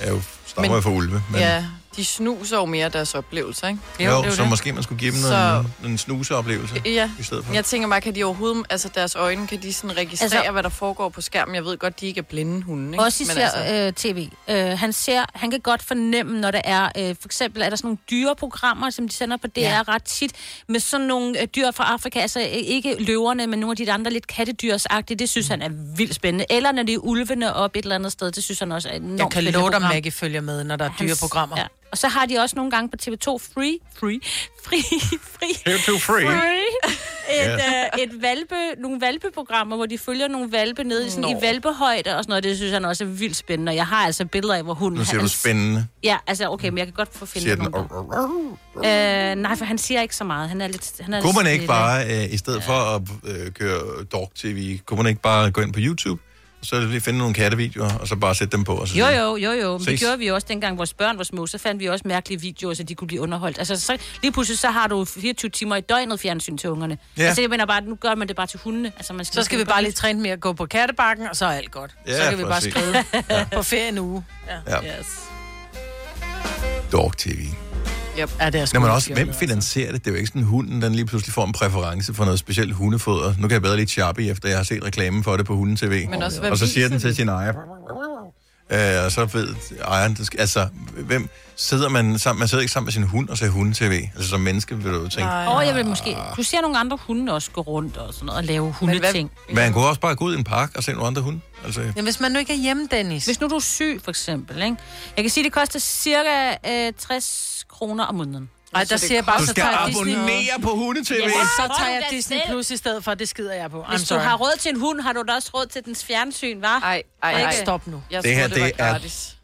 Speaker 1: er jo stammer
Speaker 4: Men-
Speaker 1: jo fra ulve. Men,
Speaker 4: Ja, de snuser jo mere deres oplevelser, ikke?
Speaker 1: jo, jo, så måske man skulle give dem
Speaker 4: Så- øh,
Speaker 1: noget, en snuseoplevelse
Speaker 4: Ja,
Speaker 1: i stedet for.
Speaker 4: jeg tænker bare, kan de overhovedet, altså deres øjne, kan de sådan registrere,
Speaker 3: Altså-
Speaker 4: altså, hvad der foregår på skærmen? Jeg ved godt, de ikke er blinde hunde, ikke?
Speaker 3: Også ser altså... øh, tv. Øh, han ser, han kan godt fornemme, når der er, øh, for eksempel er der sådan nogle dyreprogrammer, som de sender på DR ja.
Speaker 16: Ja.
Speaker 3: ret tit, med sådan nogle øh, dyr fra Afrika, altså øh, ikke løverne, men nogle af de der andre lidt kattedyrsagtige, det synes han er vildt spændende. Eller når det er ulvene op et eller andet sted, det synes han også er et enormt
Speaker 2: Jeg kan
Speaker 3: spændende
Speaker 2: love dig,
Speaker 3: program.
Speaker 2: Maggie følger med, når der er
Speaker 3: Hans-
Speaker 2: dyreprogrammer.
Speaker 3: Ja. Og så har de også nogle gange på TV2 Free, Free, Free,
Speaker 1: Here to free.
Speaker 3: Free. Et,
Speaker 1: Yes.
Speaker 3: øh, et valpe, nogle valpeprogrammer, hvor de følger nogle valpe nede i, sådan,
Speaker 1: Nå.
Speaker 3: i valpehøjde og sådan noget. Det synes han også er vildt spændende. Og jeg har altså billeder af, hvor hunden...
Speaker 1: Nu siger
Speaker 3: han-
Speaker 1: du spændende.
Speaker 3: Ja, altså okay, men jeg kan godt få finde
Speaker 1: Siger
Speaker 3: det
Speaker 1: den,
Speaker 3: nogle gange. øh, Nej, for han siger ikke så meget. Han er lidt... Han er
Speaker 1: Kunne
Speaker 3: lidt
Speaker 1: man ikke
Speaker 3: stille.
Speaker 1: bare, øh, i stedet for at øh, køre Dog TV, kunne man ikke bare gå ind på YouTube, og så lige finde nogle kattevideoer, og så bare sætte dem på? Og så
Speaker 3: Jo,
Speaker 1: sige,
Speaker 3: jo, jo, jo. Men det
Speaker 1: Mm. Ses.
Speaker 3: gjorde vi jo også dengang, vores børn var små. Så fandt vi også mærkelige videoer, så de kunne blive underholdt. Altså, så, lige pludselig så har du 24 timer i døgnet fjernsyn til ungerne.
Speaker 2: Ja.
Speaker 3: Ja. Altså, jeg mener bare, nu gør man det bare til hundene. Altså, man skal
Speaker 2: Så skal vi bare lige træne med at gå på kattebakken, og så er alt godt.
Speaker 1: Ja,
Speaker 2: så kan vi bare
Speaker 1: præcis.
Speaker 2: skrive på ferie en uge.
Speaker 1: Ja.
Speaker 2: Yes.
Speaker 1: Dog TV.
Speaker 4: Yep.
Speaker 2: Ja, det er sgu
Speaker 1: Nå, men
Speaker 2: lidt
Speaker 1: også, hvem
Speaker 2: fjollet.
Speaker 4: altså.
Speaker 1: finansierer det? Det er jo ikke sådan, hunden den lige pludselig får en præference for noget specielt hundefoder. Nu kan jeg bedre lide Sharpie, efter jeg har set reklamen for det på Hunden TV.
Speaker 4: Men også, hvad
Speaker 1: og så siger
Speaker 4: viser
Speaker 1: den til sin ejer. Øh, og så ved ejeren, det skal- altså, hvem sidder man sammen? Man sidder ikke sammen med sin hund og ser Hunden TV. Altså, som menneske vil du jo tænke.
Speaker 3: Åh, oh, jeg vil måske... Du ser nogle andre hunde også gå rundt og sådan noget, og lave hundeting.
Speaker 1: Man kunne også bare gå ud i en park og se nogle andre hunde. Altså,
Speaker 2: Ja, hvis man nu ikke er hjemme, Dennis.
Speaker 3: Hvis nu du er syg, for eksempel, ikke? Jeg kan sige, det koster cirka øh, 60 kroner om måneden.
Speaker 2: Ej, der siger jeg bare, så tager jeg Disney.
Speaker 1: på hunde-tv.
Speaker 2: Ja, så tager jeg
Speaker 3: Hold da
Speaker 2: Disney
Speaker 3: selv.
Speaker 2: Plus i stedet for, det skider jeg på. I'm
Speaker 3: Hvis du
Speaker 2: sorry.
Speaker 3: har råd til en hund, har du da også råd til dens fjernsyn, var? Nej,
Speaker 2: ej, ej. Stop nu. Jeg
Speaker 1: det her,
Speaker 2: troede, det
Speaker 1: det
Speaker 2: var
Speaker 1: er...
Speaker 2: gratis.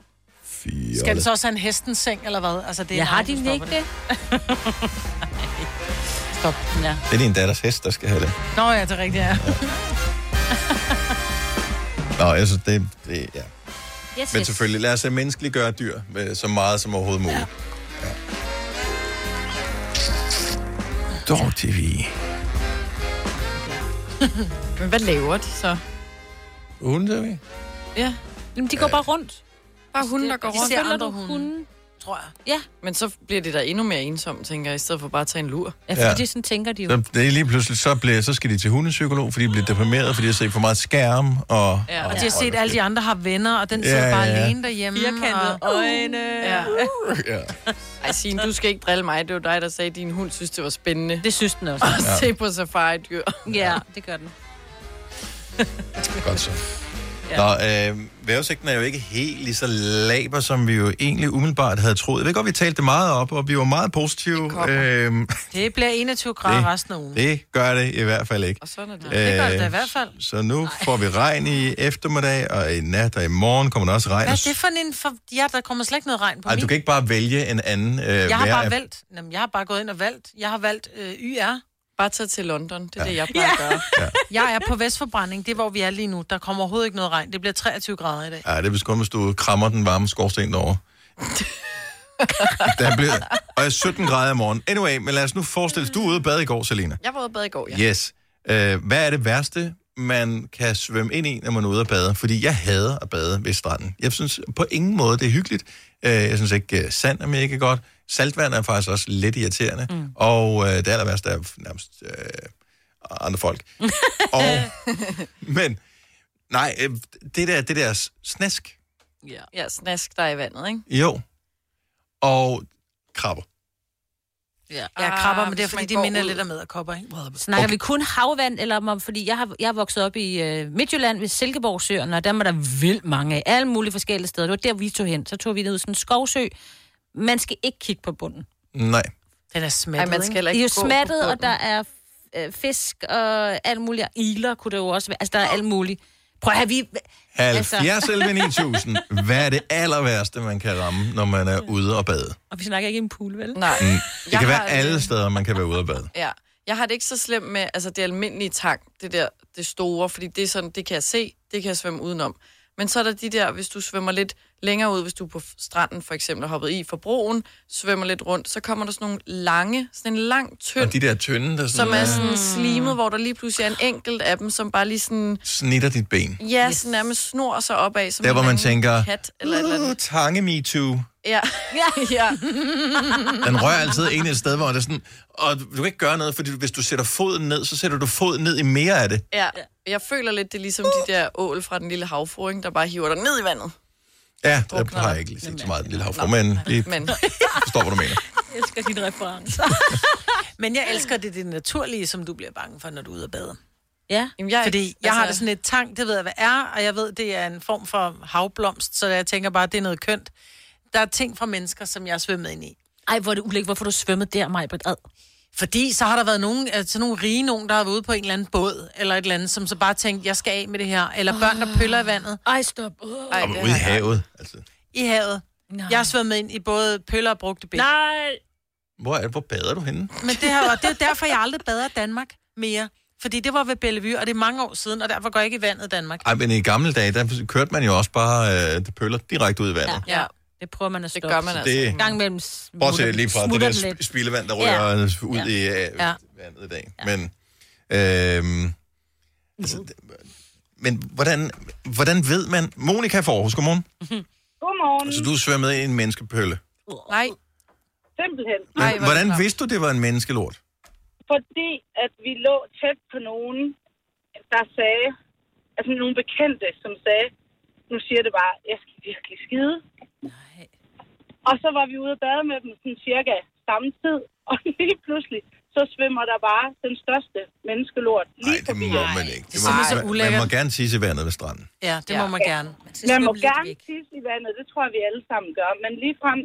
Speaker 1: Fjollet.
Speaker 2: Skal den så også have en hestens seng, eller hvad? Altså, det er
Speaker 3: Jeg har
Speaker 2: nej, du
Speaker 3: din
Speaker 2: stopper
Speaker 3: ikke det.
Speaker 2: [LAUGHS] Stop.
Speaker 3: Ja.
Speaker 1: Det er din datters hest, der skal have det.
Speaker 2: Nå ja, det er rigtigt, ja.
Speaker 1: Nå, altså, det, det ja.
Speaker 2: Yes,
Speaker 1: Men
Speaker 2: yes.
Speaker 1: selvfølgelig, lad os øh, menneskeliggøre dyr øh, så meget som overhovedet muligt. Ja. Dog TV.
Speaker 3: øh.
Speaker 4: Men [LAUGHS] hvad laver de så?
Speaker 1: Hunde TV?
Speaker 4: Ja.
Speaker 3: Jamen, de går bare rundt.
Speaker 4: Bare hunden, der går
Speaker 3: De
Speaker 4: rundt.
Speaker 3: ser andre hunde,
Speaker 2: tror jeg.
Speaker 3: Ja.
Speaker 4: Men så bliver det da endnu mere ensomt, tænker jeg, i stedet for bare at tage en lur.
Speaker 1: Ja, fordi Ja. sådan
Speaker 3: tænker de
Speaker 1: Så det er lige pludselig, så, bliver, så skal de til hundepsykolog, fordi de bliver deprimeret, fordi de har set for meget skærm. Og,
Speaker 2: Ja. Og de har set, at alle de andre har venner, og den
Speaker 1: Ja,
Speaker 2: sidder bare
Speaker 1: ja, ja.
Speaker 2: alene derhjemme.
Speaker 4: Firkantede
Speaker 2: og...
Speaker 4: øjne.
Speaker 2: Ja.
Speaker 1: ja.
Speaker 4: [LAUGHS] Ej, Signe, du skal ikke drille mig. Det var dig, der sagde, at din hund synes, det var spændende.
Speaker 3: Det synes den også.
Speaker 4: [LAUGHS] At
Speaker 1: Ja.
Speaker 4: se på safari-dyr.
Speaker 3: Ja, det gør den.
Speaker 1: Godt så. Ja. Nå, øh, vejrudsigten er jo ikke helt lige så laber, som vi jo egentlig umiddelbart havde troet. Jeg ved godt, vi talte det meget op, og vi var meget positive. Det, øh,
Speaker 2: Det bliver 21 grader
Speaker 1: Det-
Speaker 2: resten af ugen.
Speaker 1: [LAUGHS] det gør det i hvert fald ikke.
Speaker 2: Og sådan er det. Det gør det da i hvert fald.
Speaker 1: Øh, Så nu får vi regn i eftermiddag, og i nat og i morgen kommer der også regn.
Speaker 2: Hvad er det for en... For... Ja, der kommer slet ikke noget regn på
Speaker 1: Ej,
Speaker 2: min.
Speaker 1: du kan ikke bare vælge en anden øh,
Speaker 2: Jeg har bare valgt... Jamen, jeg har bare gået ind og valgt. Jeg har valgt øh, YR.
Speaker 4: Bare tage til London. Det er ja. det, jeg plejer
Speaker 1: [LAUGHS]
Speaker 4: ja. at gøre.
Speaker 2: Jeg er på Vestforbrænding. Det er, hvor vi er lige nu. Der kommer overhovedet ikke noget regn. Det bliver 23 grader i dag.
Speaker 1: Ja, det er vist kun, hvis du krammer den varme
Speaker 2: [LAUGHS]
Speaker 1: skorsten derovre. der bliver, og er 17 grader i morgen. Anyway, men lad os nu forestille os, du er ude og bade i går, Selina.
Speaker 4: Jeg var ude og bade i går, ja.
Speaker 1: Yes. Øh, hvad er det værste, man kan svømme ind i, når man er ude og bade? Fordi jeg hader at bade ved stranden. Jeg synes på ingen måde, det er hyggeligt. Øh, jeg synes ikke, øh, sand er mega godt. Saltvand er faktisk også lidt irriterende. Mm. Og øh, det aller værste er nærmest øh, andre folk. og, men nej, øh, det der, det der snask,
Speaker 4: Ja. ja, snask dig i vandet, ikke?
Speaker 1: jo. Og krabber.
Speaker 2: Ja, ja krabber,
Speaker 3: Ah,
Speaker 2: men det er, fordi
Speaker 3: hvis man
Speaker 2: de
Speaker 3: går
Speaker 2: minder
Speaker 3: ud.
Speaker 2: lidt om æderkopper, ikke?
Speaker 3: Snakker okay. vi kun havvand, eller om, fordi jeg har, jeg er vokset op i øh, Midtjylland ved Silkeborgsøerne, og der var der vildt mange af alle mulige forskellige steder. Det var der, vi tog hen. Så tog vi ned i sådan en skovsø. Man skal ikke kigge på bunden.
Speaker 1: Nej.
Speaker 2: Den er smattet,
Speaker 3: Ej, man skal ikke? I er jo smattet, og der er øh, fisk og alt muligt. Og Igler kunne det jo også være. Altså, der er alt muligt. Prøv at have vi... Altså.
Speaker 1: 70 11 9000. Hvad er det aller værste, man kan ramme, når man er ude og bade?
Speaker 3: Og vi snakker ikke en pool, vel?
Speaker 4: Nej.
Speaker 1: Mm. Det
Speaker 4: Jeg
Speaker 1: kan
Speaker 4: har-
Speaker 1: være alle steder, man kan være ude og bade.
Speaker 4: Ja. Jeg har det ikke så slemt med altså det almindelige tang, det der det store, fordi det er sådan, det kan jeg se, det kan jeg svømme udenom. Men så er der de der, hvis du svømmer lidt længere ud, hvis du er på stranden for eksempel og hoppet i for broen, svømmer lidt rundt, så kommer der sådan nogle lange, sådan en lang, tynd,
Speaker 1: Og de der tynde, der sådan,
Speaker 4: som er sådan slimet, hvor der lige pludselig er en enkelt af dem, som bare lige sådan,
Speaker 1: øh, snitter dit ben.
Speaker 4: ja, yes. sådan nærmest snor sig opad. Som
Speaker 1: Der,
Speaker 4: en
Speaker 1: hvor man
Speaker 4: anden
Speaker 1: tænker,
Speaker 4: Kat, eller et eller andet.
Speaker 1: Uh, tange me too.
Speaker 4: Ja. ja, [LAUGHS] ja.
Speaker 1: Den rører altid en et sted, hvor det er sådan... Og du kan ikke gøre noget, fordi hvis du sætter foden ned, så sætter du foden ned i mere af det.
Speaker 4: Ja, jeg føler lidt, det er ligesom de der ål fra den lille havfruing, der bare hiver dig ned i vandet.
Speaker 1: Ja, jeg har ikke lige set så meget af den lille havfru, men
Speaker 4: [LAUGHS]
Speaker 1: vi
Speaker 4: Men
Speaker 1: forstår, hvad du mener.
Speaker 2: Jeg elsker dine
Speaker 4: [LAUGHS]
Speaker 2: referencer. men jeg elsker det, det naturlige, som du bliver bange for, når du er ude at bade.
Speaker 3: Ja.
Speaker 2: Jamen, jeg, Fordi jeg
Speaker 4: altså-
Speaker 2: har det sådan et tang, det ved jeg, hvad er, og jeg ved, det er en form for havblomst, så jeg tænker bare, det er noget kønt. Der er ting fra mennesker, som jeg er svømmet ind i.
Speaker 3: Ej, hvor er det ulækkert. Hvorfor du svømmet der, mig på ad?
Speaker 2: Fordi så har der været nogen, altså nogle rige nogen, der har været ude på en eller anden båd, eller et eller andet, som så bare tænkte, jeg skal af med det her. Eller børn, der pøller i vandet.
Speaker 3: Ej, stop.
Speaker 2: Ej,
Speaker 1: Og ude i havet. Altså,
Speaker 2: I havet. Nej. Jeg har svømmet ind i både pøller og brugte ben.
Speaker 3: Nej.
Speaker 1: Hvor, er det, hvor bader du henne?
Speaker 2: Men det, her, var- det er derfor, jeg aldrig bader i Danmark mere. Fordi det var ved Bellevue, og det er mange år siden, og derfor går jeg ikke i vandet i Danmark.
Speaker 1: Ej, men i gamle dage, der kørte man jo også bare øh, det pøller direkte ud i vandet. Ja.
Speaker 3: Ja. [LAUGHS] Det prøver man at stoppe.
Speaker 4: gør man altså.
Speaker 1: Det-
Speaker 3: En gang imellem smutter,
Speaker 1: Bortset lige fra det
Speaker 3: smutter
Speaker 1: der
Speaker 3: den
Speaker 1: sp-
Speaker 3: lidt.
Speaker 1: spildevand, der
Speaker 3: Ja.
Speaker 1: rører ja. ud
Speaker 3: Ja.
Speaker 1: ja. i øh,
Speaker 3: Ja.
Speaker 1: vandet i dag. Ja. Men, øh, altså, det- men hvordan, hvordan ved man... Monika Forhus, godmorgen.
Speaker 12: Godmorgen.
Speaker 1: Så Altså, du er svømmet ind i en menneskepølle.
Speaker 4: Nej.
Speaker 12: Simpelthen.
Speaker 1: Men, Ej, hvordan vidste du, det var en menneskelort?
Speaker 12: Fordi at vi lå tæt på nogen, der sagde, altså nogle bekendte, som sagde, nu siger det bare, jeg skal virkelig skide. Nej. Og så var vi ude og bade med dem sådan cirka samme tid, [LAUGHS] og lige pludselig, så svømmer der bare den største menneskelort lige
Speaker 1: Det
Speaker 12: forbi.
Speaker 1: må
Speaker 12: os.
Speaker 1: man ikke.
Speaker 12: Det
Speaker 1: må,
Speaker 12: er så
Speaker 1: man, man
Speaker 12: ulækkert.
Speaker 1: må gerne tisse i vandet ved stranden.
Speaker 2: Ja, det må man gerne.
Speaker 12: Man må gerne tisse i vandet, det tror jeg, vi alle sammen gør. Men ligefrem,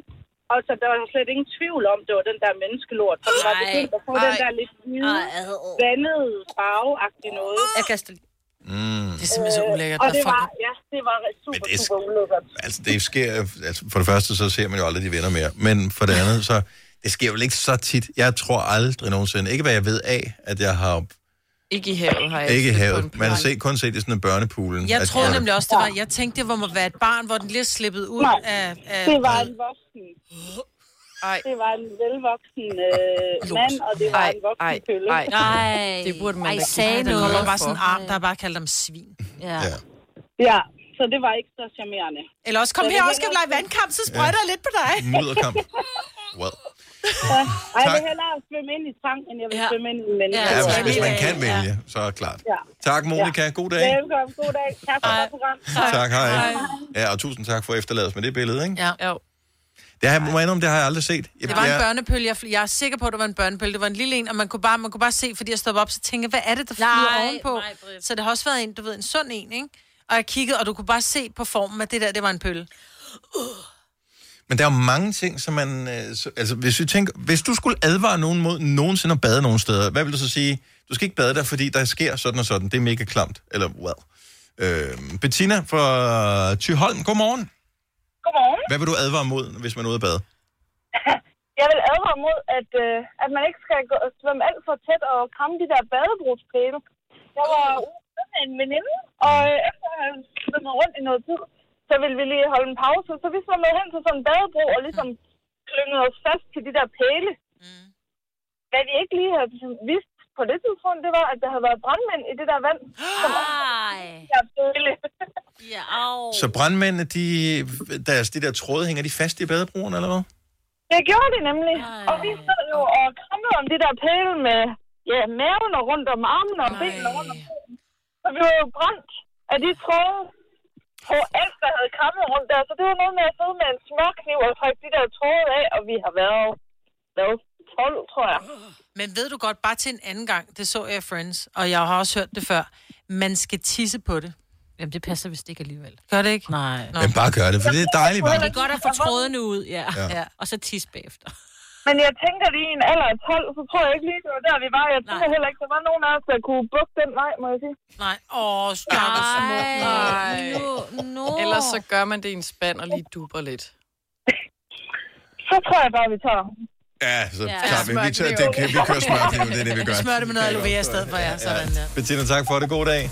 Speaker 12: altså der var slet ingen tvivl om, det var den der menneskelort. For den var
Speaker 3: Ej,
Speaker 12: begyndt at få
Speaker 3: ej,
Speaker 12: den der lidt hvide, vandede, farveagtige noget.
Speaker 2: Jeg kaster lige.
Speaker 1: Mm.
Speaker 2: Det er simpelthen så ulækkert.
Speaker 12: Og
Speaker 2: der
Speaker 12: det
Speaker 2: fuck-
Speaker 12: var, ja, det var super,
Speaker 1: det er
Speaker 12: super ulækkert.
Speaker 1: Altså, det sker... Altså, for det første, så ser man jo aldrig de venner mere. Men for det andet, så... Det sker vel ikke så tit. Jeg tror aldrig nogensinde, ikke hvad jeg ved af, at jeg har
Speaker 4: Ikke i havet har jeg
Speaker 1: ikke i
Speaker 4: set på
Speaker 1: havet. altså-
Speaker 4: en
Speaker 1: Man har
Speaker 4: pirat.
Speaker 1: set, kun set i sådan en børnepoolen.
Speaker 2: Jeg
Speaker 1: at-
Speaker 2: troede nemlig også, det var, jeg tænkte, det var må være et barn, hvor den lige er slippet ud
Speaker 12: Nej,
Speaker 2: af, af...
Speaker 12: Det var en voksen. Det var en velvoksen øh, mand, og det var en voksen pølle.
Speaker 3: Nej.
Speaker 2: Det burde man
Speaker 3: Ej, da kigge sagde på.
Speaker 2: Det
Speaker 3: noget.
Speaker 2: var bare sådan en arm, der bare kaldte dem svin.
Speaker 3: Ja.
Speaker 12: Ja, så det var ikke så charmerende.
Speaker 2: Eller også, kom
Speaker 12: Så det
Speaker 2: her
Speaker 12: var
Speaker 2: også skal vi lege vandkamp, så sprøjter jeg lidt på dig. [LAUGHS]
Speaker 1: Mudderkamp. Well.
Speaker 12: Ja. Ej, jeg vil
Speaker 1: Tak.
Speaker 12: hellere svømme ind i trang, end jeg vil svømme ind i en menneske.
Speaker 1: Ja, hvis, hvis man kan vælge, så er det klart.
Speaker 12: Ja.
Speaker 1: Tak, Monika. God dag.
Speaker 12: Velkommen, god dag. Tak for det program.
Speaker 1: Tak, hej. Ja, og tusind tak for efterladet med det billede, ikke?
Speaker 2: Ja. Jo.
Speaker 1: Det har jeg, må jeg indrømme, det har jeg aldrig set. Jeg,
Speaker 2: Det var en
Speaker 1: jeg,
Speaker 2: børnepøl. Jeg, jeg er sikker på, at det var en børnepøl. Det var en lille en, og man kunne bare, man kunne bare se, fordi jeg stoppede op, så tænkte jeg, hvad er det, der flyder
Speaker 3: Nej,
Speaker 2: ovenpå? så det har også været en, du ved, en sund en, ikke? Og jeg kiggede, og du kunne bare se på formen, at det der, det var en pøl.
Speaker 1: men der er jo mange ting, som man... øh, så- Altså, hvis, vi tænker, hvis du skulle advare nogen mod nogensinde at bade nogen steder, hvad vil du så sige? Du skal ikke bade der, fordi der sker sådan og sådan. Det er mega klamt. Eller, well. Øh, Bettina fra Thyholm, godmorgen.
Speaker 12: Godmorgen.
Speaker 1: Hvad vil du advare mod, hvis man er ude at bade?
Speaker 12: Jeg vil advare mod, at, øh, at man ikke skal gå og svømme alt for tæt og kramme de der badebrugspæle. Jeg var ude at svømme med en veninde, og øh, efter at have svømmet rundt i noget tid, så ville vi lige holde en pause. Så vi svømmede hen til sådan en badebro og ligesom klyngede os fast til de der pæle. Mm. Hvad vi ikke lige havde ligesom vidst på det tidspunkt, det var, at der havde været brandmænd i det der vand. Som
Speaker 3: Ej.
Speaker 12: der pæle.
Speaker 3: Ja, au.
Speaker 1: Så brandmændene, de, deres, de der tråde, hænger de fast i badebroen, eller hvad?
Speaker 12: Det gjorde de nemlig. Og vi sad jo og krammede om det der pæle med ja, maven og rundt om armen og benene rundt om pælen. Så vi var jo brændt af de tråde på alt, der havde krammet rundt der. Så det var noget med at sidde med en smørkniv og trække de der tråde af, og vi har været hvad, 12, tror jeg.
Speaker 2: Men ved du godt, bare til en anden gang, det så jeg i Friends, og jeg har også hørt det før, man skal tisse på det.
Speaker 3: Jamen, det passer vist ikke alligevel.
Speaker 2: Gør det ikke?
Speaker 3: Nej.
Speaker 1: Men bare gør det, for det er dejligt
Speaker 3: Det
Speaker 1: bare.
Speaker 3: er godt at få trådene ud, ja.
Speaker 1: Ja.
Speaker 3: ja. Og så tis bagefter.
Speaker 12: Men jeg tænker lige i en alder af 12, så tror jeg ikke lige, det var der, vi var. Jeg tænker heller ikke, der var nogen af os, der kunne bukke den vej, må jeg sige.
Speaker 2: Nej, åh, stakkels mor.
Speaker 4: Nej.
Speaker 3: No, no.
Speaker 4: Ellers så gør man det i en spand og lige duber lidt.
Speaker 12: Så tror jeg bare, vi tager.
Speaker 1: Ja, så
Speaker 2: Ja.
Speaker 1: tager vi, vi, tager, det,
Speaker 2: Smørkniv.
Speaker 1: vi kører smørkniv, det er det, vi gør.
Speaker 2: Smør det med noget aloe vera i stedet for, ja. Sådan, ja.
Speaker 1: Bettina, tak for det. God dag.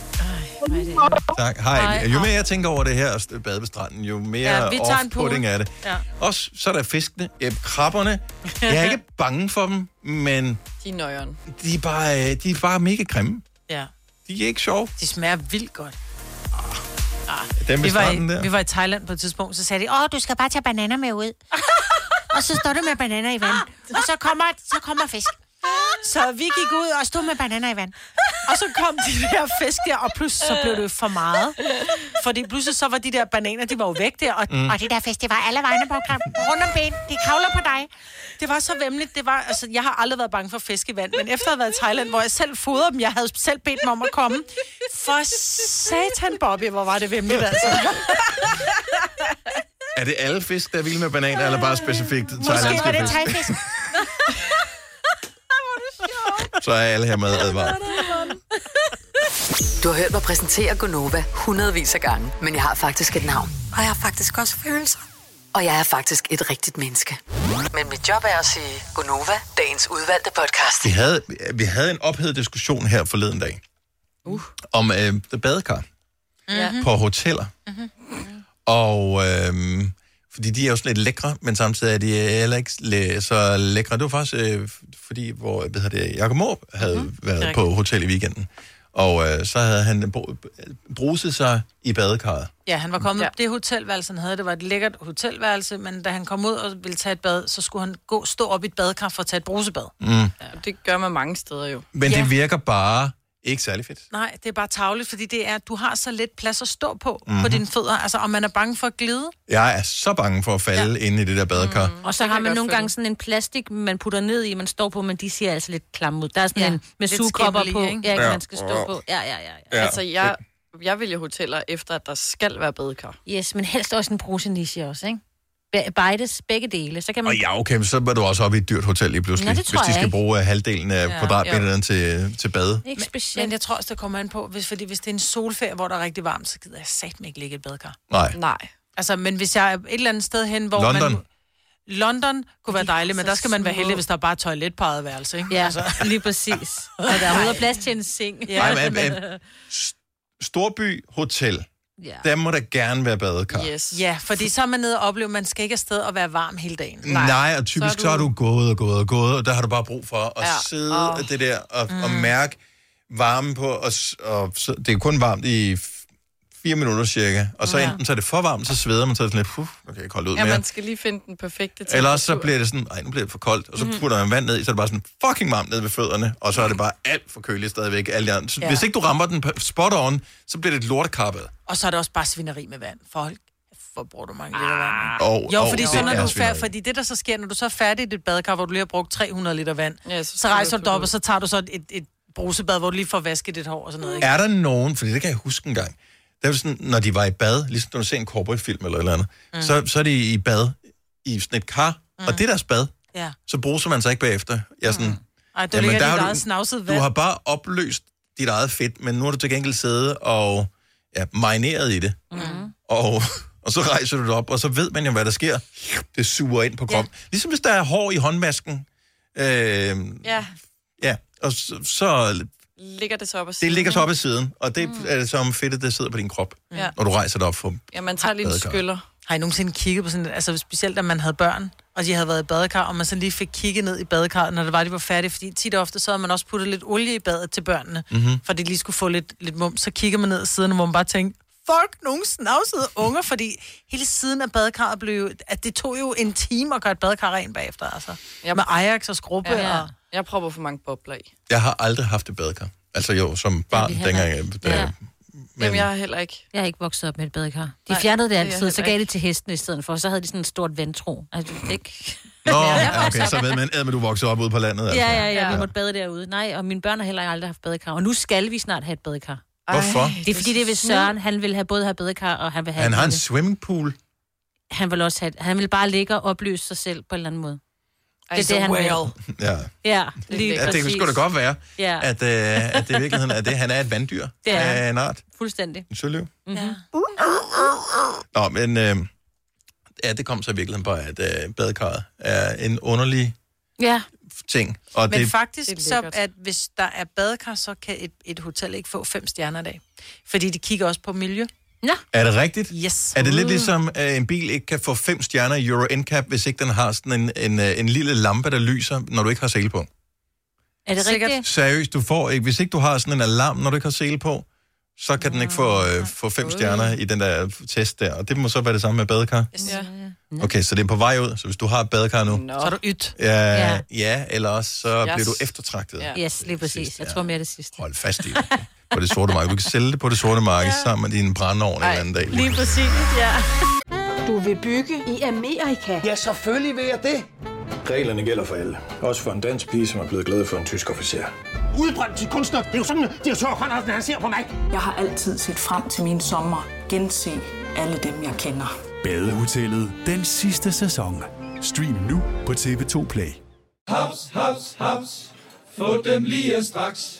Speaker 1: Tak. Hej. Jo mere jeg tænker over det her og st- bade ved stranden, jo mere
Speaker 2: Ja,
Speaker 1: ja,
Speaker 2: vi tager en pool.
Speaker 1: off-putting er det.
Speaker 2: Ja.
Speaker 1: Også så er der fiskene, ja, krabberne. Jeg er
Speaker 2: [LAUGHS]
Speaker 1: ikke bange for dem, men
Speaker 4: De er nøjeren.
Speaker 1: de er bare, øh, de er bare mega grimme.
Speaker 2: Ja.
Speaker 1: De er ikke sjove. Ah.
Speaker 2: De smager vildt godt. Ah.
Speaker 1: Dem ved
Speaker 2: vi, var
Speaker 1: stranden
Speaker 2: i,
Speaker 1: der.
Speaker 2: vi var i Thailand på et tidspunkt, så sagde de, åh, du skal bare tage bananer med
Speaker 1: [LAUGHS]
Speaker 2: ud. og så står du med bananer i vand. Og så kommer, så kommer fisk. Så vi gik ud og stod med bananer i vand. Og så kom de der fisk der, og pludselig så blev det for meget. Fordi pludselig så var de der bananer, de var jo væk der. Og,
Speaker 5: Mm.
Speaker 2: mm. og det der fisk, det var alle vegne på kram. Rundt om ben, de kravler på dig. Det var så vemmeligt. Det var, altså, jeg har aldrig været bange for fisk i vand, men efter at have været i Thailand, hvor jeg selv fodrede dem, jeg havde selv bedt dem om at komme. For satan, Bobby, hvor var det vemmeligt, altså.
Speaker 1: Er det alle fisk, der er vilde med bananer, eller bare specifikt
Speaker 2: Måske var
Speaker 1: thailandske
Speaker 2: det
Speaker 1: fisk?
Speaker 2: thaifisk.
Speaker 1: Så er alle her med advaret.
Speaker 6: Du har hørt mig præsentere Gonova hundredvis af gange, men jeg har faktisk et navn.
Speaker 17: Og jeg har faktisk også følelser.
Speaker 6: Og jeg er faktisk et rigtigt menneske. Men mit job er at sige Gonova, dagens udvalgte podcast.
Speaker 1: Vi havde, vi havde en ophedet diskussion her forleden dag.
Speaker 6: Uh.
Speaker 1: Om øh, det badekar
Speaker 6: Mm-hmm.
Speaker 1: på hoteller. Og øh, fordi de er jo sådan lidt lækre, men samtidig er de øh, heller ikke læ- så lækre. Det var faktisk øh, fordi, hvor hvad hedder det, Jacob Måb havde mm-hmm. været på hotel i weekenden. Og øh, så havde han br- bruset sig i badekarret.
Speaker 2: Ja, han var kommet. Ja. Det hotelværelse, han havde, det var et lækkert hotelværelse, men da han kom ud og ville tage et bad, så skulle han gå stå op i et badekar for at tage et brusebad.
Speaker 1: Mm.
Speaker 4: Ja. Det gør man mange steder jo.
Speaker 1: Men ja. det virker bare ikke særlig fedt.
Speaker 2: Nej, det er bare tavligt, fordi det er, at du har så lidt plads at stå på mm-hmm. på
Speaker 1: Mhm.
Speaker 2: dine fødder. Altså, om man er bange for at glide.
Speaker 1: Jeg er så bange for at falde ja. inde i det der badekar. Mm.
Speaker 3: Og så har man nogle gange sådan en plastik, man putter ned i, man står på, men de ser altså lidt klamme ud. Der er sådan ja. en med
Speaker 4: Lidt
Speaker 3: sugekopper
Speaker 4: skimmelige,
Speaker 3: på,
Speaker 4: ikke?
Speaker 3: ja, ja.
Speaker 4: Ja.
Speaker 3: man skal stå på. Ja, ja, ja.
Speaker 4: Ja.
Speaker 3: ja.
Speaker 4: Altså, jeg, jeg vælger hoteller efter, at der skal være badekar.
Speaker 3: Yes, men helst også en brusenisje også, ikke? Be- Bejdes begge dele. Så kan man...
Speaker 1: Og ja, okay, men så var du også oppe i et dyrt hotel lige pludselig,
Speaker 3: Nå, det
Speaker 1: hvis
Speaker 3: tror
Speaker 1: de
Speaker 3: jeg
Speaker 1: skal
Speaker 3: ikke.
Speaker 1: bruge øh, halvdelen af
Speaker 2: Ja,
Speaker 1: ja,
Speaker 2: jo.
Speaker 1: kvadratmeteren til, til bade.
Speaker 3: Ikke
Speaker 2: specielt. Men jeg tror også, det kommer an på, hvis, fordi hvis det er en solferie, hvor der er rigtig varmt, så gider jeg satme ikke ligge i et badekar.
Speaker 1: Nej.
Speaker 2: Nej. Altså, men hvis jeg er et eller andet sted hen, hvor
Speaker 1: London.
Speaker 2: man... London kunne være dejligt, men der skal man være heldig, hvis der er bare et toilet på eget værelse, ikke? Altså.
Speaker 3: Ja, [LAUGHS] lige præcis. Og der er overhovedet plads til en seng.
Speaker 1: Ja. Nej, men, men,
Speaker 3: [LAUGHS]
Speaker 1: Storby Hotel,
Speaker 3: Ja.
Speaker 1: der må der gerne være badekar.
Speaker 2: Yes. Ja, fordi så er man nede og oplever, at man skal ikke afsted og være varm hele dagen.
Speaker 1: Nej, Nej, og typisk så er, du... så er du gået og gået og gået, og der har du bare brug for at
Speaker 2: Ja,
Speaker 1: ja. sidde
Speaker 2: og-
Speaker 1: og... det der og, mm. og mærke varmen på, og, s- og så, det er kun varmt i f- fire minutter cirka, og så
Speaker 4: Ja.
Speaker 1: ja. enten så er det for varmt, så sveder man, så er det sådan lidt, puh, nu kan jeg ikke holde ud
Speaker 4: Ja,
Speaker 1: mere.
Speaker 4: man skal lige finde den perfekte temperatur.
Speaker 1: Eller også så bliver det sådan, nej, nu bliver det for koldt, og så
Speaker 4: Mhm.
Speaker 1: putter man vand ned i, så er det bare sådan fucking varmt nede ved fødderne, og så er det bare alt for køligt stadigvæk. Alle de andre. Så
Speaker 2: Ja.
Speaker 1: Hvis ikke du rammer den p- spot on, så bliver det et lortekappet.
Speaker 2: Og så er det også bare svineri med vand. Folk, hvor bruger du mange
Speaker 3: Ah,
Speaker 2: liter vand? ikke?
Speaker 1: Og-
Speaker 2: jo,
Speaker 1: og
Speaker 2: fordi,
Speaker 1: det
Speaker 2: så, når
Speaker 1: er
Speaker 2: du er
Speaker 1: svineri.
Speaker 2: færdig, fordi det, der så sker, når du så er færdig i dit badekar, hvor du lige har brugt 300 liter vand, ja, så, så rejser du dig op, og så tager du så et, et brusebad, hvor du lige får vasket dit hår og sådan noget. Ikke?
Speaker 1: Er der nogen, fordi det kan jeg huske engang, der var det sådan, når de var i bad, ligesom når du ser en corporate film eller et eller andet,
Speaker 2: Mm.
Speaker 1: mm. så, så er de i bad i sådan et kar, mm. og det er deres bad,
Speaker 2: Ja.
Speaker 1: så bruser man sig ikke bagefter. Jeg er sådan, mm.
Speaker 2: Ej, du
Speaker 1: Jamen,
Speaker 2: ligger
Speaker 1: der
Speaker 2: i
Speaker 1: har
Speaker 2: dit
Speaker 1: du-
Speaker 2: eget snavset
Speaker 1: du
Speaker 2: vand.
Speaker 1: har bare opløst dit eget fedt, men nu har du til gengæld siddet og ja, marineret i det.
Speaker 2: Mm.
Speaker 1: og, og så rejser du det op, og så ved man jo, hvad der sker. Det suger ind på kroppen. Ja. Ligesom hvis der er hår i håndmasken. Øh,
Speaker 4: Ja,
Speaker 1: ja, og så, så
Speaker 4: ligger det så op og
Speaker 1: det ligger så op ad siden, og det mm. er det som fedtet, der sidder på din krop,
Speaker 4: Ja.
Speaker 1: når du rejser dig op for
Speaker 4: Ja, man tager lige en
Speaker 1: Badekar.
Speaker 4: skyller.
Speaker 2: Har I nogensinde kigget på sådan et, altså specielt da man havde børn, og de havde været i badekar, og man så lige fik kigget ned i badekarret, når det var, de var færdige, fordi tit og ofte så havde man også puttet lidt olie i badet til børnene,
Speaker 5: Mhm.
Speaker 2: for de lige skulle få lidt, lidt mum, så kigger man ned ad siden, hvor man bare tænker, fuck, nogle snavsede unger, fordi hele siden af badekarret blev, at det tog jo en time at gøre et badekar rent bagefter, altså. Ja. Med Ajax og skrubbe
Speaker 4: Ja.
Speaker 2: ja. og...
Speaker 4: ja. Jeg prøver for mange bobler i.
Speaker 1: Jeg har aldrig haft et badekar. Altså jo, som barn ja,
Speaker 3: vi
Speaker 1: dengang.
Speaker 3: heller
Speaker 1: Jeg, øh, ja.
Speaker 4: Men... Jamen, jeg har heller ikke.
Speaker 3: Jeg er ikke vokset op med et badekar. De
Speaker 4: Nej,
Speaker 3: fjernede det
Speaker 4: det er jeg
Speaker 3: altid, så
Speaker 4: heller
Speaker 3: gav
Speaker 4: ikke.
Speaker 3: det til hesten i stedet for. Så havde de sådan et stort ventro. Altså, ikke? [LAUGHS]
Speaker 1: Nå, ja, okay, så ved man, æd, men du voksede op ude på landet. Altså.
Speaker 3: Ja, ja, ja, vi måtte bade derude. Nej, og mine børn har heller aldrig haft badekar. Og nu skal vi snart have et badekar.
Speaker 1: Hvorfor?
Speaker 3: Det er fordi, det er ved Søren. Han vil have både have badekar, og han vil have...
Speaker 1: Han har en
Speaker 3: lille-
Speaker 1: swimmingpool.
Speaker 3: han vil også have... et- Han vil bare ligge og opløse sig selv på en eller anden måde. Det er
Speaker 4: Ej, så
Speaker 3: det, han
Speaker 4: well.
Speaker 3: vil.
Speaker 1: Ja.
Speaker 3: Ja, lige
Speaker 1: Ja, det kan sgu da godt være,
Speaker 3: Ja.
Speaker 1: at, øh, at det i virkeligheden er det. Han er et vanddyr
Speaker 3: Det er
Speaker 1: af
Speaker 3: han.
Speaker 1: en art.
Speaker 3: Fuldstændig.
Speaker 1: En søløv.
Speaker 3: Mm-hmm.
Speaker 1: Nå, men øh, ja, det kom så i virkeligheden på, at øh, badekarret er en underlig
Speaker 3: Ja.
Speaker 1: ting. Og
Speaker 2: Men
Speaker 1: det,
Speaker 2: faktisk så, at hvis der er badekar, så kan et, et hotel ikke få fem stjerner i dag. Fordi de kigger også på miljø.
Speaker 3: Ja.
Speaker 1: er det rigtigt?
Speaker 2: Yes.
Speaker 1: Er det lidt ligesom, at en bil ikke kan få fem stjerner i Euro NCAP, hvis ikke den har sådan en, en, øh, en lille lampe, der lyser, når du ikke har sele på?
Speaker 3: Er det
Speaker 2: Sikkert.
Speaker 3: rigtigt?
Speaker 1: Seriøst, du får ikke, hvis ikke du har sådan en alarm, når du ikke har sele på, så kan den ikke få, øh, få fem stjerner i den der test der. Og det må så være det samme med badekar.
Speaker 2: Ja.
Speaker 1: Okay, så det er på vej ud. Så hvis du har et badekar nu,
Speaker 2: Så er du ydt.
Speaker 1: ja,
Speaker 3: Ja.
Speaker 1: ja. ja eller også så
Speaker 3: Yes.
Speaker 1: yes. bliver du eftertragtet
Speaker 3: Ja. Yes, lige præcis. Jeg tror mere det sidste.
Speaker 1: Hold
Speaker 3: [LAUGHS]
Speaker 1: fast i det. på det sorte marked. Du kan sælge det på det sorte marked ja. sammen med din brændeovn en anden dag.
Speaker 13: Lige præcis, ja. Du vil bygge i Amerika? Ja, selvfølgelig vil jeg det.
Speaker 14: Reglerne gælder for alle. Også for en dansk pige, som er blevet glad for en tysk officer.
Speaker 8: Udbrændt til kunstner. Det er jo sådan, de har tørt, Conradsen, han ser på mig. Jeg har altid set frem til min sommer. Gense alle dem, jeg kender.
Speaker 15: Badehotellet den sidste sæson. Stream nu på TV2 Play.
Speaker 10: Haps, haps, haps. Få dem lige straks.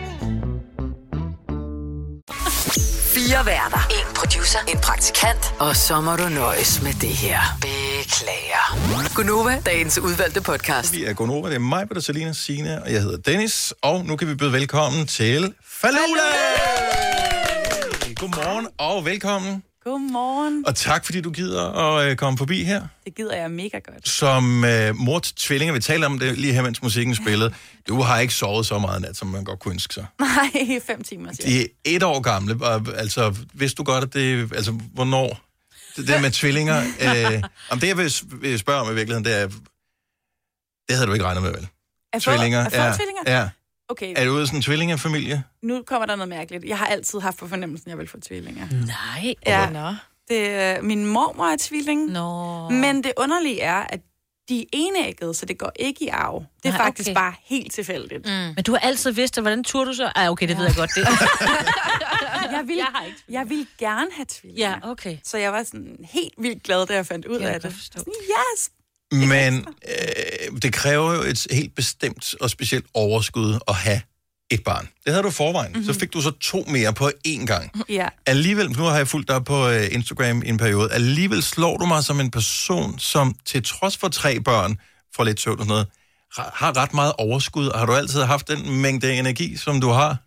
Speaker 6: Fire værter. En producer. En praktikant. Og så må du nøjes med det her. Beklager. Gunova, dagens udvalgte podcast.
Speaker 1: Vi er Gonova, det er mig, Peter Salina, Signe, og jeg hedder Dennis. Og nu kan vi byde velkommen til Falula! Godmorgen og velkommen.
Speaker 5: Godmorgen.
Speaker 1: Og tak, fordi du gider at øh, komme forbi her.
Speaker 5: Det gider jeg mega godt. [LAUGHS]
Speaker 1: Som øh, mor til tvillinger, vi taler om det lige her, mens musikken spillede. Du har ikke sovet så meget i nat, som man godt kunne ønske sig.
Speaker 5: Nej, fem timer siger jeg.
Speaker 1: De er et år gamle, og altså, vidste du godt, at det, altså, hvornår? Det der med
Speaker 5: [LAUGHS]
Speaker 1: tvillinger, øh, om det jeg vil s- vil spørge om i virkeligheden, det er, det havde du ikke regnet med, vel?
Speaker 5: Er få-
Speaker 1: tvillinger,
Speaker 5: er få
Speaker 1: ja,
Speaker 5: tvillinger?
Speaker 1: ja.
Speaker 5: Okay,
Speaker 1: Er du ude i sådan en tvillingefamilie?
Speaker 5: nu kommer der noget mærkeligt. Jeg har altid haft på fornemmelsen, at jeg vil få tvillinger.
Speaker 3: Mm. Nej.
Speaker 5: Ja.
Speaker 3: Nå.
Speaker 5: Det, øh, min mormor er tvilling. Nå. Men det underlige er, at de er enæggede, så det går ikke i arv. Det er
Speaker 3: Nej,
Speaker 5: Nej, faktisk
Speaker 3: okay.
Speaker 5: okay. bare helt tilfældigt. Mm.
Speaker 3: Men du har altid vidst det. Hvordan turde du så? Ah, okay, det ved jeg godt. Det.
Speaker 5: [LAUGHS] Jeg vil, jeg, jeg vil gerne have tvillinger.
Speaker 3: Ja, okay.
Speaker 5: Så jeg var sådan helt vildt glad, da jeg fandt ud af det. Sådan, Yes!
Speaker 3: [LAUGHS]
Speaker 1: Men øh, det kræver jo et helt bestemt og specielt overskud at have et barn. Det havde du i forvejen. Mm-hmm. Så fik du så to mere på én gang.
Speaker 5: Ja.
Speaker 1: Alligevel, nu har jeg fulgt dig på øh, Instagram i en periode, alligevel slår du mig som en person, som til trods for tre børn, får lidt søvn og sådan noget, har har ret meget overskud, og har du altid haft den mængde energi, som du har?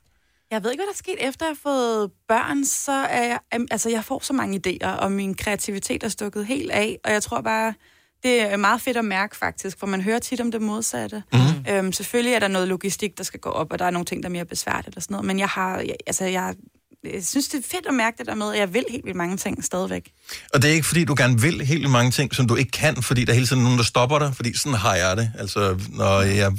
Speaker 5: Jeg ved ikke, hvad der er sket efter jeg har fået børn, så er jeg, am- altså jeg får så mange idéer, og min kreativitet er stukket helt af, og jeg tror bare, det er meget fedt at mærke faktisk, for man hører tit om det modsatte.
Speaker 1: Mhm.
Speaker 5: Mm. Øhm, selvfølgelig er der noget logistik, der skal gå op, og der er nogle ting, der er mere besværligt og sådan noget, men jeg har, jeg, altså jeg, jeg synes, det er fedt at mærke det der med, at jeg vil helt vildt mange ting stadigvæk.
Speaker 1: Og det er ikke, fordi du gerne vil helt vildt mange ting, som du ikke kan, fordi der er hele tiden nogen, der stopper dig, fordi sådan har jeg det. Altså, når jeg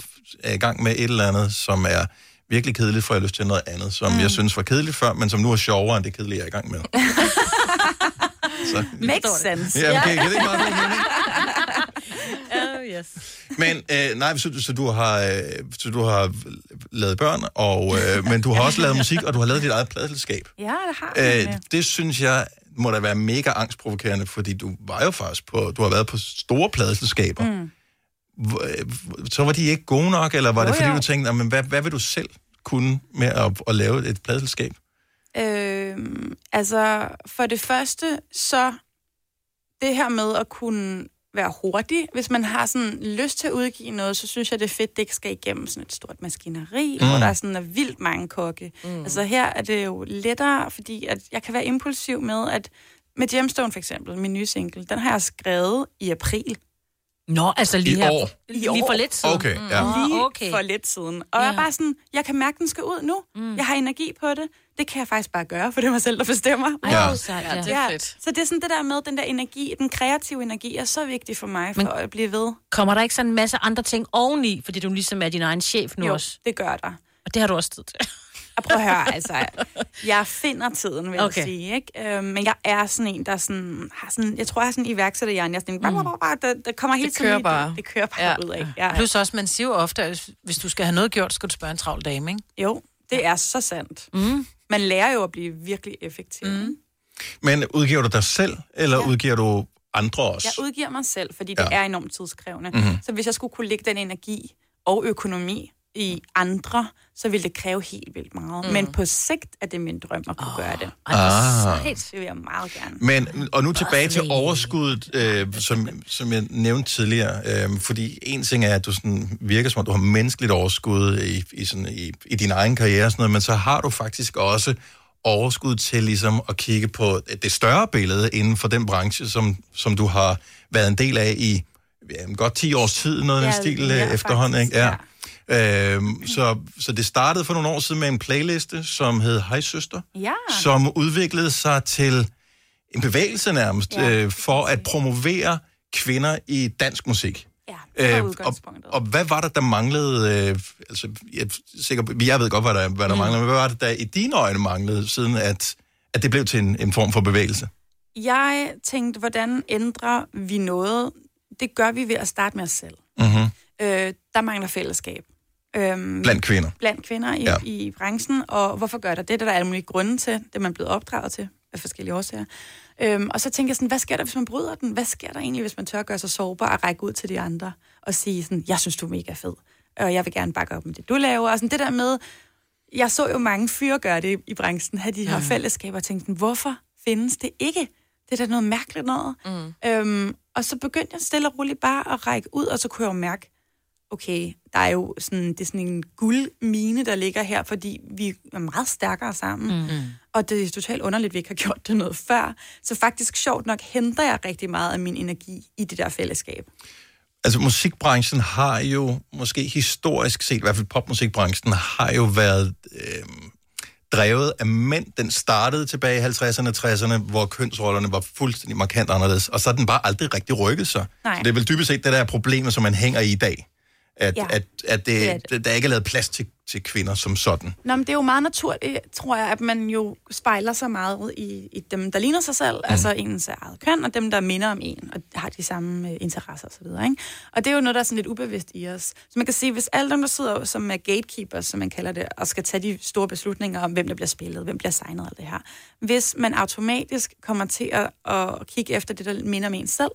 Speaker 1: er i gang med et eller andet, som er virkelig kedeligt, får jeg lyst til noget andet, som mm. jeg synes var kedeligt før, men som nu er sjovere end det kedelige, jeg er i [LAUGHS] gang med. Så.
Speaker 5: Makes sense.
Speaker 1: Ja, okay, det er ikke meget god
Speaker 3: oh, yes.
Speaker 1: Men øh, nej, så, så, du har, øh, så du har lavet børn, og, øh, men du har også lavet musik, og du har lavet dit eget pladselskab.
Speaker 5: Ja, det har jeg.
Speaker 1: Øh, det synes jeg må da være mega angstprovokerende, fordi du var jo faktisk på, du har været på store pladeselskaber. Mm.
Speaker 5: Mm.
Speaker 1: øh, Så var de ikke gode nok, eller var
Speaker 5: Jo,
Speaker 1: det fordi,
Speaker 5: jo.
Speaker 1: du tænkte, "Nå, men hvad, hvad vil du selv kunne med at, at lave et pladeselskab?
Speaker 5: Øh, altså, for det første, så det her med at kunne være hurtig. Hvis man har sådan lyst til at udgive noget, så synes jeg, det er fedt, det ikke skal igennem sådan et stort maskineri,
Speaker 18: Mm.
Speaker 5: mm. hvor der er sådan er vildt mange kokke. Mm. Altså her er det jo lettere, fordi at jeg kan være impulsiv med, at med Gemstone for eksempel, min nye single, den har jeg skrevet i april.
Speaker 3: Nå, altså lige
Speaker 1: I
Speaker 3: her.
Speaker 1: år?
Speaker 3: Lige for lidt siden. Mm.
Speaker 1: Okay, ja.
Speaker 5: Lige
Speaker 3: Nå,
Speaker 5: okay. for lidt siden. Og ja. jeg er bare sådan, jeg kan mærke, den skal ud nu. Mm. Jeg har energi på det. Det kan jeg faktisk bare gøre, for det er mig selv, der bestemmer.
Speaker 3: Ej, Ja. hvor sejt, ja. Ja, det er fedt.
Speaker 5: Så det er sådan det der med, den der energi, den kreative energi, er så vigtig for mig, for
Speaker 3: Men-
Speaker 5: Men... at blive ved.
Speaker 3: Kommer der ikke sådan en masse andre ting oveni, fordi du ligesom er din egen chef nu
Speaker 5: Jo,
Speaker 3: også?
Speaker 5: det gør der.
Speaker 3: Og det har du også tid til.
Speaker 5: Og prøv at høre,
Speaker 3: [LAUGHS]
Speaker 5: altså, jeg finder tiden, vil okay.
Speaker 3: Okay.
Speaker 5: jeg sige, ikke? Øh, men jeg er sådan en, der sådan, har sådan, jeg tror, jeg har sådan en iværksætterhjerne, jeg er sådan,
Speaker 3: Mm.
Speaker 5: bare, bare, bare, bare, der, der kommer hele
Speaker 2: Det
Speaker 5: tiden
Speaker 2: kører
Speaker 5: lige-
Speaker 2: bare.
Speaker 5: Det, det kører bare ja. ud af. Ja.
Speaker 2: Plus også, man siger jo ofte, at hvis- hvis du skal have noget gjort, skal du spørge en travl dame, ikke?
Speaker 5: Jo, det er så sandt. Mm. Man lærer jo at blive virkelig effektiv. Mm.
Speaker 1: Men udgiver du dig selv, eller ja. udgiver du andre også?
Speaker 5: Jeg udgiver mig selv, fordi det
Speaker 1: Ja.
Speaker 5: ja. er enormt tidskrævende.
Speaker 1: Mhm.
Speaker 5: Mm-hmm. Så hvis jeg skulle kunne lægge den energi og økonomi i andre, så ville det kræve helt vildt meget.
Speaker 1: Mm.
Speaker 5: Mm. Men på sigt er det min drøm at kunne oh. gøre det.
Speaker 1: hvor Ah. sejt.
Speaker 5: Det vil jeg meget gerne.
Speaker 1: Men, og nu tilbage til overskuddet, øh, som, som jeg nævnte tidligere. Øh, fordi en ting er, at du sådan virker som om, du har menneskeligt overskud i, i, sådan, i, i din egen karriere og sådan noget, men så har du faktisk også overskud til ligesom at kigge på det større billede inden for den branche, som, som du har været en del af i ja, godt 10 års tid, noget af den
Speaker 18: Ja,
Speaker 1: stil
Speaker 18: mere
Speaker 1: ja, efterhånden.
Speaker 18: faktisk,
Speaker 1: Ikke? Ja. Øhm, så, så det startede for nogle år siden med en playliste, som hed Hej Søster,
Speaker 5: Ja.
Speaker 1: som udviklede sig til en bevægelse nærmest, ja.
Speaker 5: Ja.
Speaker 1: øh, for at promovere kvinder i dansk musik.
Speaker 5: Ja,
Speaker 1: Øh, og, og hvad var det, der manglede? Øh, altså, jeg, er sikker, på- jeg ved godt, hvad der, hvad der mm. manglede, men hvad var det, der i dine øjne manglede, siden at, at det blev til en, en form for bevægelse?
Speaker 5: Jeg tænkte, hvordan ændrer vi noget? Det gør vi ved at starte med os selv.
Speaker 1: Mm-hmm.
Speaker 5: Øh, der mangler fællesskab. Øhm,
Speaker 1: Blandt kvinder.
Speaker 5: Blandt kvinder i,
Speaker 1: Ja.
Speaker 5: ja. i branchen, og hvorfor gør der det? Det er der alle mulige grunde til, det er man er blevet opdraget til af forskellige årsager. Øhm, og så tænker jeg sådan, hvad sker der, hvis man bryder den? Hvad sker der egentlig, hvis man tør at gøre sig sårbar og række ud til de andre og sige sådan, jeg synes, du er mega fed, og jeg vil gerne bakke op om det, du laver. Og sådan det der med, jeg så jo mange fyre gøre det i, i branchen, have de her
Speaker 13: Mm.
Speaker 5: mm. fællesskaber, og tænkte, sådan, hvorfor findes det ikke? Det er da noget mærkeligt noget.
Speaker 13: Mm.
Speaker 5: Øhm, og så begyndte jeg stille og roligt bare at række ud, og så kunne jeg jo mærke, okay, der er jo sådan, det er sådan en guldmine, der ligger her, fordi vi er meget stærkere sammen. Mm. Og det er totalt underligt, at vi ikke har gjort det noget før. Så faktisk sjovt nok henter jeg rigtig meget af min energi i det der fællesskab.
Speaker 1: Altså musikbranchen har jo, måske historisk set, i hvert fald popmusikbranchen, har jo været øh, drevet af mænd. Den startede tilbage i 50'erne og 60'erne, hvor kønsrollerne var fuldstændig markant anderledes, og så er den bare aldrig rigtig rykket sig.
Speaker 18: Nej.
Speaker 1: Så det er vel dybest set det der problem, som man hænger i i dag. At, ja.
Speaker 5: Ja.
Speaker 1: at, at
Speaker 5: Det er
Speaker 1: det,
Speaker 5: det.
Speaker 1: det. der ikke er lavet plads til, til kvinder som sådan.
Speaker 5: Nå, men det er jo meget naturligt, tror jeg, at man jo spejler sig meget i, i dem, der ligner sig selv, mm. altså ens eget køn, og dem, der minder om en, og har de samme øh, interesser osv. Ikke? Og det er jo noget, der er sådan lidt ubevidst i os. Så man kan sige, hvis alle dem, der sidder som er gatekeepers, som man kalder det, og skal tage de store beslutninger om, hvem der bliver spillet, hvem bliver signet og alt det her, hvis man automatisk kommer til at, at kigge efter det, der minder om en selv,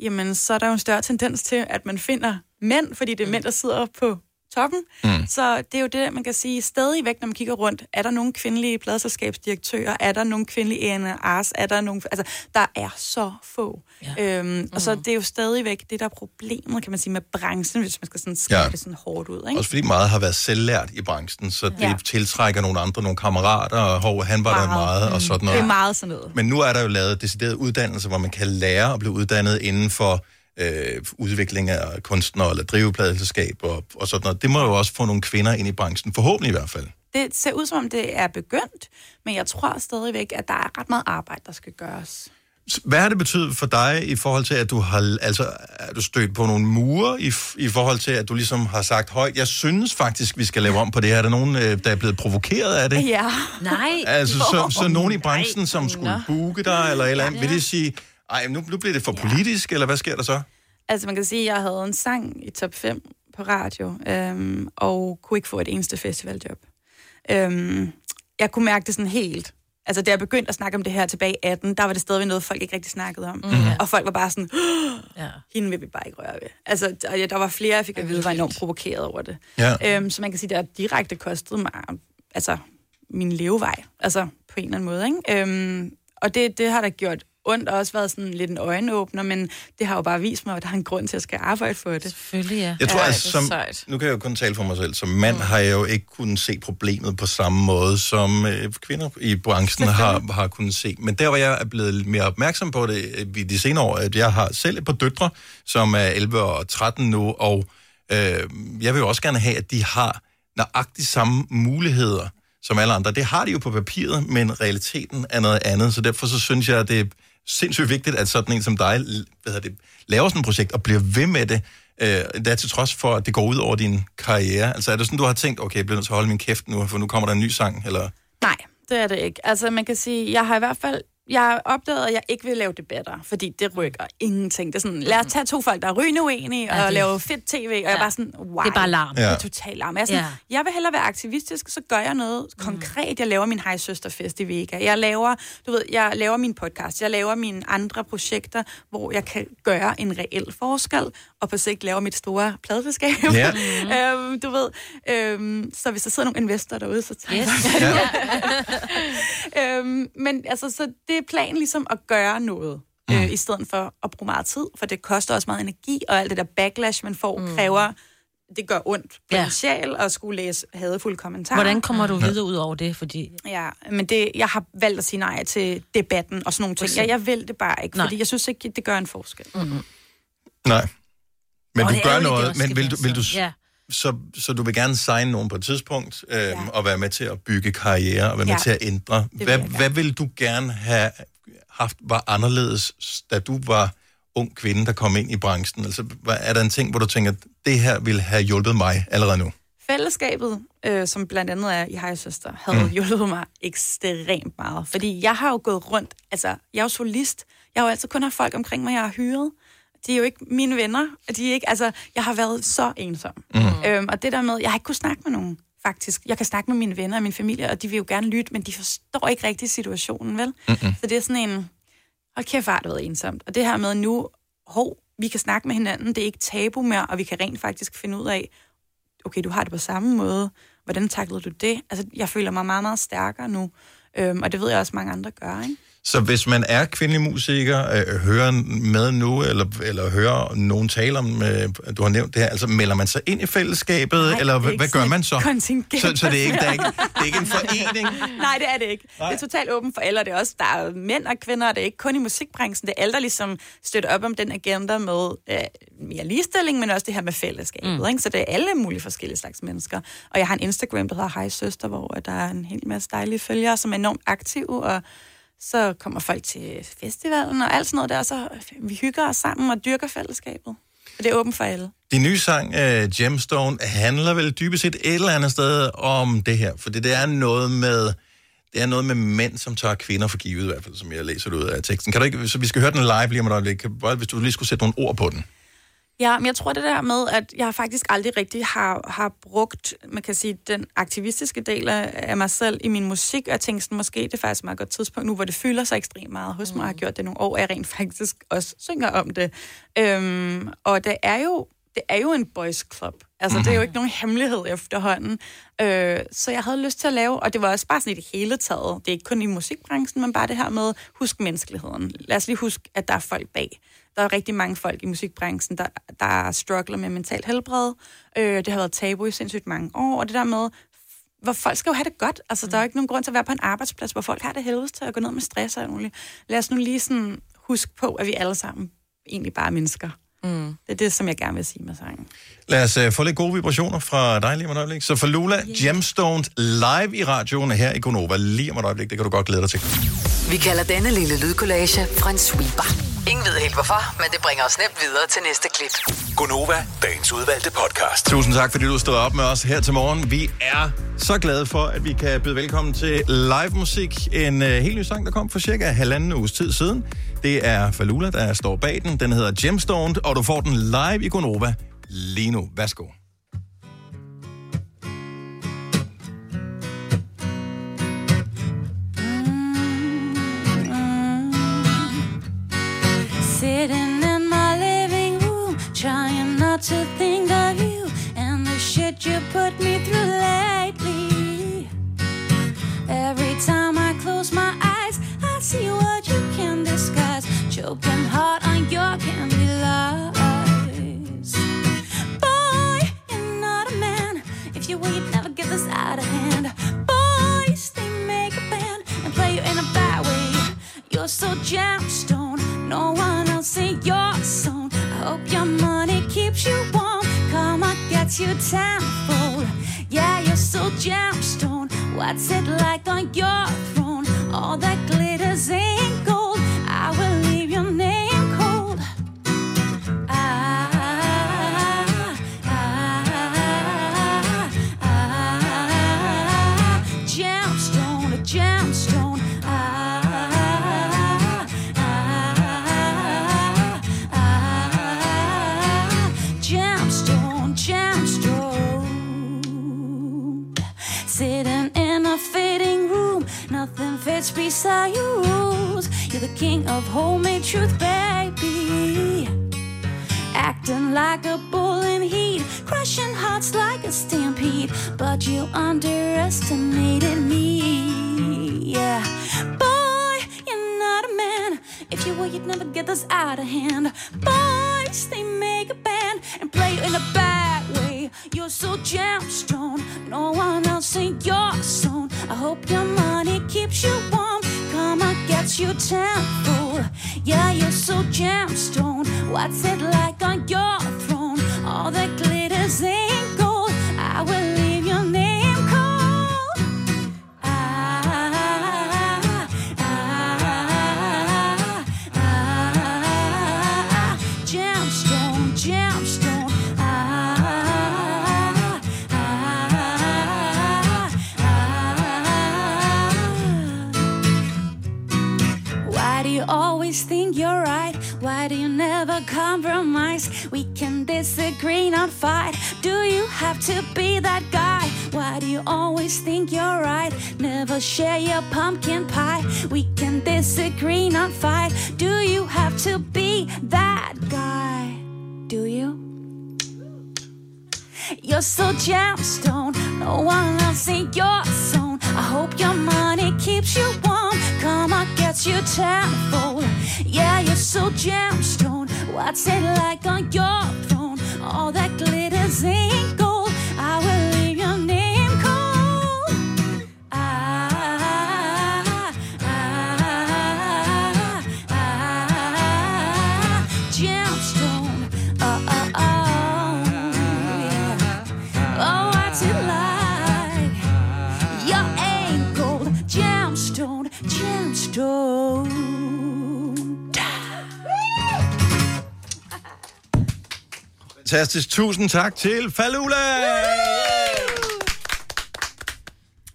Speaker 5: jamen så er der jo en større tendens til, at man finder mænd, fordi
Speaker 1: Mm.
Speaker 5: det er mænd, der sidder på toppen. Mm. Så det er jo det, man kan sige stadigvæk, når man kigger rundt. Er der nogle kvindelige pladselskabsdirektører? Er der nogle kvindelige A&R's? Er der nogle... Altså, der er så få. Ja. Øhm, mm. Og så det er jo stadigvæk det, der er problemet, kan man sige, med branchen, hvis man skal sådan skrive
Speaker 1: Ja.
Speaker 5: ja. det sådan hårdt ud. Ikke?
Speaker 1: Også fordi meget har været selvlært i branchen, så det ja.
Speaker 5: Ja.
Speaker 1: tiltrækker nogle andre, nogle kammerater, og hov, han var der meget, og sådan noget.
Speaker 5: Mm. Det er meget sådan noget.
Speaker 1: Men nu er der jo lavet deciderede uddannelser, hvor man kan lære at blive uddannet inden for øh, udvikling af kunstnere eller drivepladelselskab og, og sådan noget. Det må jo også få nogle kvinder ind i branchen, forhåbentlig i hvert fald.
Speaker 5: Det ser ud som om, det er begyndt, men jeg tror stadigvæk, at der er ret meget arbejde, der skal gøres.
Speaker 1: S- Hvad har det betydet for dig i forhold til, at du har altså, er du stødt på nogle mure i, f- i forhold til, at du ligesom har sagt højt, jeg synes faktisk, vi skal lave om på det her. Er der nogen, øh, der er blevet provokeret af det?
Speaker 5: Ja.
Speaker 3: Nej.
Speaker 1: Altså, så, så nogen i branchen,
Speaker 3: Nej.
Speaker 1: som skulle booke dig eller et eller andet, vil det sige, ej, nu, nu bliver det for politisk, eller hvad sker der så?
Speaker 5: Altså man kan sige, at jeg havde en sang i top 5 på radio, øhm, og kunne ikke få et eneste festivaljob. Øhm, jeg kunne mærke det sådan helt. Altså da jeg begyndte at snakke om det her tilbage i 18, der var det stadigvæk noget, folk ikke rigtig snakkede om. Mm. Og folk var bare sådan, ja. hende vil vi bare ikke røre ved. Altså og ja, der var flere, jeg fik at vide, var enormt provokeret over det.
Speaker 13: Ja.
Speaker 5: Øhm, så man kan sige, det har direkte kostet mig altså, min levevej, altså på en eller anden måde. Ikke? Øhm, og det, det har da gjort ondt, og også været sådan lidt en øjenåbner, men det har jo bare vist mig, at der er en grund til, at jeg skal arbejde for det.
Speaker 3: Selvfølgelig, ja.
Speaker 1: Jeg tror, altså, som, nu kan jeg jo kun tale for mig selv. Som
Speaker 3: Mm.
Speaker 1: mand har jeg jo ikke kunnet se problemet på samme måde, som øh, kvinder i branchen har, har kunnet se. Men der, hvor jeg er blevet lidt mere opmærksom på det øh, i de senere år, at jeg har selv et par døtre, som er 11 og 13 nu, og øh, jeg vil jo også gerne have, at de har nøjagtigt samme muligheder som alle andre. Det har de jo på papiret, men realiteten er noget andet. Så derfor så synes jeg, at det er sindssygt vigtigt, at sådan en som dig hvad hedder det, laver sådan et projekt og bliver ved med det, øh, der til trods for, at det går ud over din karriere. Altså er det sådan, du har tænkt, okay, jeg bliver nødt til at holde min kæft nu, for nu kommer der en ny sang, eller...
Speaker 5: Nej, det er det ikke. Altså, man kan sige, jeg har i hvert fald jeg har opdaget, at jeg ikke vil lave debatter, fordi det rykker ingenting. Det er sådan, lad os tage to folk, der er rygende uenige, og
Speaker 3: Ja,
Speaker 5: ja,
Speaker 3: det-
Speaker 5: lave fedt tv, og ja. jeg er bare sådan, wow.
Speaker 3: Det er bare larm.
Speaker 5: Ja. Det
Speaker 3: Ja.
Speaker 5: er total larm. Jeg, er sådan,
Speaker 3: Ja. Mm.
Speaker 5: ja. jeg vil hellere være aktivistisk, så gør jeg noget konkret. Jeg laver min Hej Søsterfest i Vega. Jeg laver, du ved, jeg laver min podcast. Jeg laver mine andre projekter, hvor jeg kan gøre en reel forskel, og på sigt laver mit store pladeskab.
Speaker 1: Ja.
Speaker 5: [LAUGHS] øhm, du ved, øhm, så hvis der sidder nogle investorer derude, så tager yes. øhm, men altså, så det er planen ligesom at gøre noget, mm. øh, i stedet for at bruge meget tid, for det koster også meget energi, og alt det der backlash, man får, mm. kræver, det gør ondt på
Speaker 3: Ja.
Speaker 5: ja. sjæl, at skulle læse hadefulde kommentarer.
Speaker 3: Hvordan kommer du
Speaker 5: Mm.
Speaker 3: videre ud over det? Fordi
Speaker 5: Ja, men det, jeg har valgt at sige nej til debatten og sådan nogle ting.
Speaker 3: Præcis.
Speaker 5: Jeg, jeg vil det bare ikke,
Speaker 3: Nej.
Speaker 5: fordi jeg synes ikke, det gør en forskel. Mm.
Speaker 1: Nej. Men
Speaker 5: Åh,
Speaker 1: du
Speaker 5: det er
Speaker 1: gør
Speaker 5: ærgerligt, det
Speaker 1: noget,
Speaker 5: også
Speaker 1: men
Speaker 5: skal
Speaker 1: vil
Speaker 5: være
Speaker 1: du, vil du,
Speaker 5: sådan. Ja.
Speaker 1: så, så du vil gerne signe nogen på et tidspunkt, øh, ja. og være med til at bygge karriere, og være med
Speaker 5: Ja.
Speaker 1: til at ændre.
Speaker 5: vil
Speaker 1: Hvad,
Speaker 5: jeg gerne.
Speaker 1: hvad vil du gerne have haft, var anderledes, da du var ung kvinde, der kom ind i branchen? Altså, hvad, er der en ting, hvor du tænker, det her ville have hjulpet mig allerede nu?
Speaker 5: Fællesskabet, øh, som blandt andet er i Hej Søster, havde
Speaker 1: Mm.
Speaker 5: mm. hjulpet mig ekstremt meget. Fordi jeg har jo gået rundt, altså jeg er jo solist, jeg har jo altid kun haft folk omkring mig, jeg har hyret. De er jo ikke mine venner, og de er ikke, altså jeg har været så ensom.
Speaker 18: Mm.
Speaker 5: Øhm, og det der med, jeg har ikke kunnet snakke med nogen, faktisk. Jeg kan snakke med mine venner og min familie, og de vil jo gerne lytte, men de forstår ikke rigtig situationen, vel?
Speaker 18: Mm-mm.
Speaker 5: Så det er sådan en, hold kæft, hvor har det været ensomt. Og det her med nu, hov, vi kan snakke med hinanden, det er ikke tabu mere, og vi kan rent faktisk finde ud af, okay, du har det på samme måde, hvordan taklede du det? Altså, jeg føler mig meget, meget stærkere nu, øhm, og det ved jeg også, mange andre gør, ikke?
Speaker 1: Så hvis man er kvindelig musiker, øh, hører med nu, eller, eller hører nogen tale om, øh, du har nævnt det her, altså melder man sig ind i fællesskabet, Nej, eller
Speaker 5: det er
Speaker 1: hvad,
Speaker 5: ikke
Speaker 1: hvad gør
Speaker 5: sådan
Speaker 1: man
Speaker 5: et
Speaker 1: så?
Speaker 5: kontingent.
Speaker 1: Så, så det er ikke, der er ikke, det
Speaker 5: [LAUGHS]
Speaker 1: er ikke en forening?
Speaker 5: Nej, det er det ikke. Nej. Det er totalt åbent for alle, og det er også, der er mænd og kvinder, og det er ikke kun i musikbranchen. Det er alle, der ligesom støtter op om den agenda med øh, mere ligestilling, men også det her med fællesskabet.
Speaker 18: Mm.
Speaker 5: Mm. Ikke? Så det er alle mulige forskellige slags mennesker. Og jeg har en Instagram, der hedder Hej Søster, hvor øh, der er en hel masse dejlige følgere, som er enormt aktive, og så kommer folk til festivalen og alt sådan noget der, og så øh, vi hygger os sammen og dyrker fællesskabet. Og det er åbent for alle.
Speaker 1: Din nye sang, øh, Gemstone, handler vel dybest set et eller andet sted om det her, for det er noget med... Det er noget med mænd, som tager kvinder for givet, i hvert fald, som jeg læser det ud af teksten. Kan du ikke, så vi skal høre den live lige om et øjeblik. Kan- bare, Hvis du lige skulle sætte nogle ord på den.
Speaker 5: Ja, men jeg tror det der med, at jeg faktisk aldrig rigtig har, har brugt, man kan sige, den aktivistiske del af, af mig selv i min musik, og jeg tænkte sådan, måske det er faktisk et meget godt tidspunkt nu, hvor det fylder sig ekstremt meget hos mig, og har gjort det nogle år, og jeg rent faktisk også synger om det. Øhm, og det er jo det er jo en boys club. Altså, det er jo ikke nogen hemmelighed efterhånden. Øh, så jeg havde lyst til at lave, og det var også bare sådan i det hele taget. Det er ikke kun i musikbranchen, men bare det her med, husk menneskeligheden. Lad os lige huske, at der er folk bag. Der er rigtig mange folk i musikbranchen, der, der struggler med mentalt helbred. Øh, det har været tabu i sindssygt mange år, og det der med, hvor folk skal jo have det godt. Altså, der er jo ikke nogen grund til at være på en arbejdsplads, hvor folk har det helvedes til at gå ned med stress og alt muligt. Lad os nu lige sådan huske på, at vi alle sammen egentlig bare er mennesker. Mm. Det er det, som jeg gerne vil sige med sangen.
Speaker 1: Lad os øh, få lidt gode vibrationer fra dig lige om et øjeblik. Så for Lula, yeah. Gemstones live i radioen her i Gonova lige om et øjeblik. Det kan du godt glæde dig til.
Speaker 6: Vi kalder denne lille lydkollage en sweeper. Ingen ved helt hvorfor, men det bringer os nemt videre til næste klip.
Speaker 9: Gonova, dagens udvalgte podcast.
Speaker 1: Tusind tak, fordi du stod op med os her til morgen. Vi er så glade for, at vi kan byde velkommen til live musik. En øh, helt ny sang, der kom for cirka halvanden uges tid siden. Det er Falula, der står bag den. Den hedder Gemstone, og du får den live i Gonova lige nu. Værsgo.
Speaker 18: Sitting in my living room, trying not to think of you and the shit you put me through lately. Every time I close my eyes, I see what you can disguise. you're so gemstone. No one else in your zone. I hope your money keeps you warm. Karma gets you tenfold. Yeah, you're so gemstone. What's it like on your throne? All that glitters ain't gold. I will leave your name cold. Ah, ah, ah, ah, gemstone, a gemstone. Ah, ah, ah, gemstone, gemstone. Sitting in a fitting room, nothing fits beside your rules. You're the king of homemade truth, baby. Acting like a bull in heat, crushing hearts like a stampede. But you underestimated me. Yeah. Boy, you're not a man. If you were, you'd never get this out of hand. Boys, they make a band and play you in a bad way. You're so gemstone, no one else in your zone. I hope your money keeps you warm. Come on, gets you tenfold. Yeah, you're so gemstone. What's it like on your throne? All that glitters ain't gold. I will leave your name cold. Ah, ah, ah, gemstone, gemstone. Ah, ah, ah. Why do you always think you're right? Why do you never compromise? We can disagree, not fight. Do you have to be that guy? Why do you always think you're right? Never share your pumpkin pie. We can disagree, not fight. Do you have to be that guy? Do you? You're so gemstone, no one else in your zone. I hope your money keeps you warm. Come on, gets you tenfold. Yeah, you're so gemstone. What's it like on your throne? All that glitters ain't gold. I will leave your name cold. Ah, ah, ah, ah, gemstone. Oh, oh, oh. Yeah. Oh, what's it like? Your ain't gold, gemstone, gemstone.
Speaker 1: Fantastisk. Tusind tak til Falula!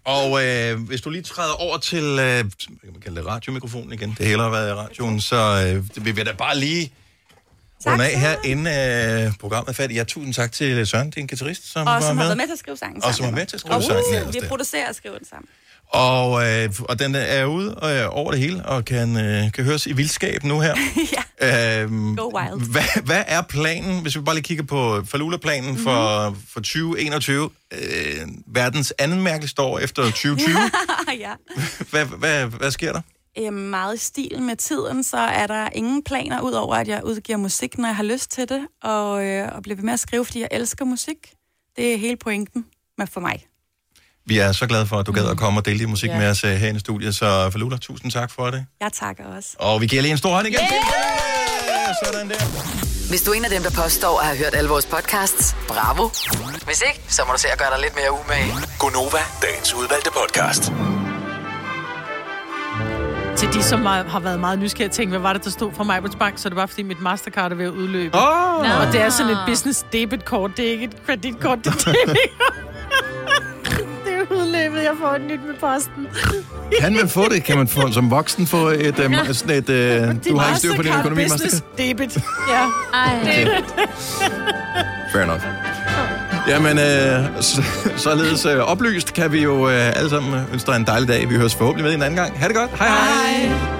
Speaker 1: Og øh, hvis du lige træder over til, øh, hvad kan man kalde det, radiomikrofonen igen, det hele har været i radioen, så øh, det vil vi da bare lige runde af her, inden øh, programmet er færdigt. Ja, tusind tak til Søren, din guitarist, som var
Speaker 5: Og som
Speaker 1: med.
Speaker 5: har været med til at skrive sangen
Speaker 1: Og
Speaker 5: sammen
Speaker 1: som har
Speaker 5: med
Speaker 1: været med
Speaker 5: mig.
Speaker 1: til at skrive
Speaker 5: Og
Speaker 1: sangen,
Speaker 5: produceret.
Speaker 1: ja, også
Speaker 5: Vi
Speaker 1: det.
Speaker 5: producerer og skriver den sammen.
Speaker 1: Og, øh, og den er ude øh, over det hele, og kan, øh, kan høres i vildskab nu
Speaker 5: [LAUGHS]
Speaker 1: her. ja. øhm,
Speaker 5: Go wild.
Speaker 1: Hvad, hvad er planen, hvis vi bare lige kigger på Falula-planen for,
Speaker 5: Mhm.
Speaker 1: for 2021? Øh, verdens anden mærkeligste år efter
Speaker 5: [LAUGHS]
Speaker 1: 2020.
Speaker 5: ja.
Speaker 1: hvad, hvad, hvad sker der?
Speaker 5: øh, meget i stil med tiden, så er der ingen planer, udover at jeg udgiver musik, når jeg har lyst til det, og, øh, og bliver ved med at skrive, fordi jeg elsker musik. Det er hele pointen med for mig.
Speaker 1: Vi er så glade for, at du gad at komme og dele din musik
Speaker 5: Ja.
Speaker 1: yeah. med os øh, her i studiet, så Falula, tusind tak for det.
Speaker 5: Jeg takker også.
Speaker 1: Og vi giver lige en stor hånd igen. Yeah!
Speaker 6: Sådan der. Hvis du er en af dem, der påstår at have hørt alle vores podcasts, bravo. Hvis ikke, så må du se at gøre dig lidt mere umage.
Speaker 9: Gonova, dagens udvalgte podcast.
Speaker 2: Til de, som har har været meget nysgerrige og tænkt, hvad var det, der stod fra Majbrits Bank, så er det var, fordi mit Mastercard er ved at udløbe.
Speaker 1: Oh.
Speaker 2: Og det er sådan et business debitkort, det er ikke et kreditkort, det er debitkort. det er udløbet, jeg får et nyt med posten.
Speaker 1: Kan man få det? Kan man få, som voksen få et... Øh, sådan et øh, du har ikke styr på din
Speaker 2: Mastercard
Speaker 1: økonomi,
Speaker 2: business
Speaker 1: Mastercard?
Speaker 2: debit. Ja.
Speaker 3: Ej.
Speaker 2: Debit.
Speaker 1: Fair enough. Jamen, øh, så, [LAUGHS] således øh, oplyst kan vi jo øh, alle sammen ønske dig en dejlig dag. Vi høres forhåbentlig med en anden gang. Ha' det godt. Hej hej. hej.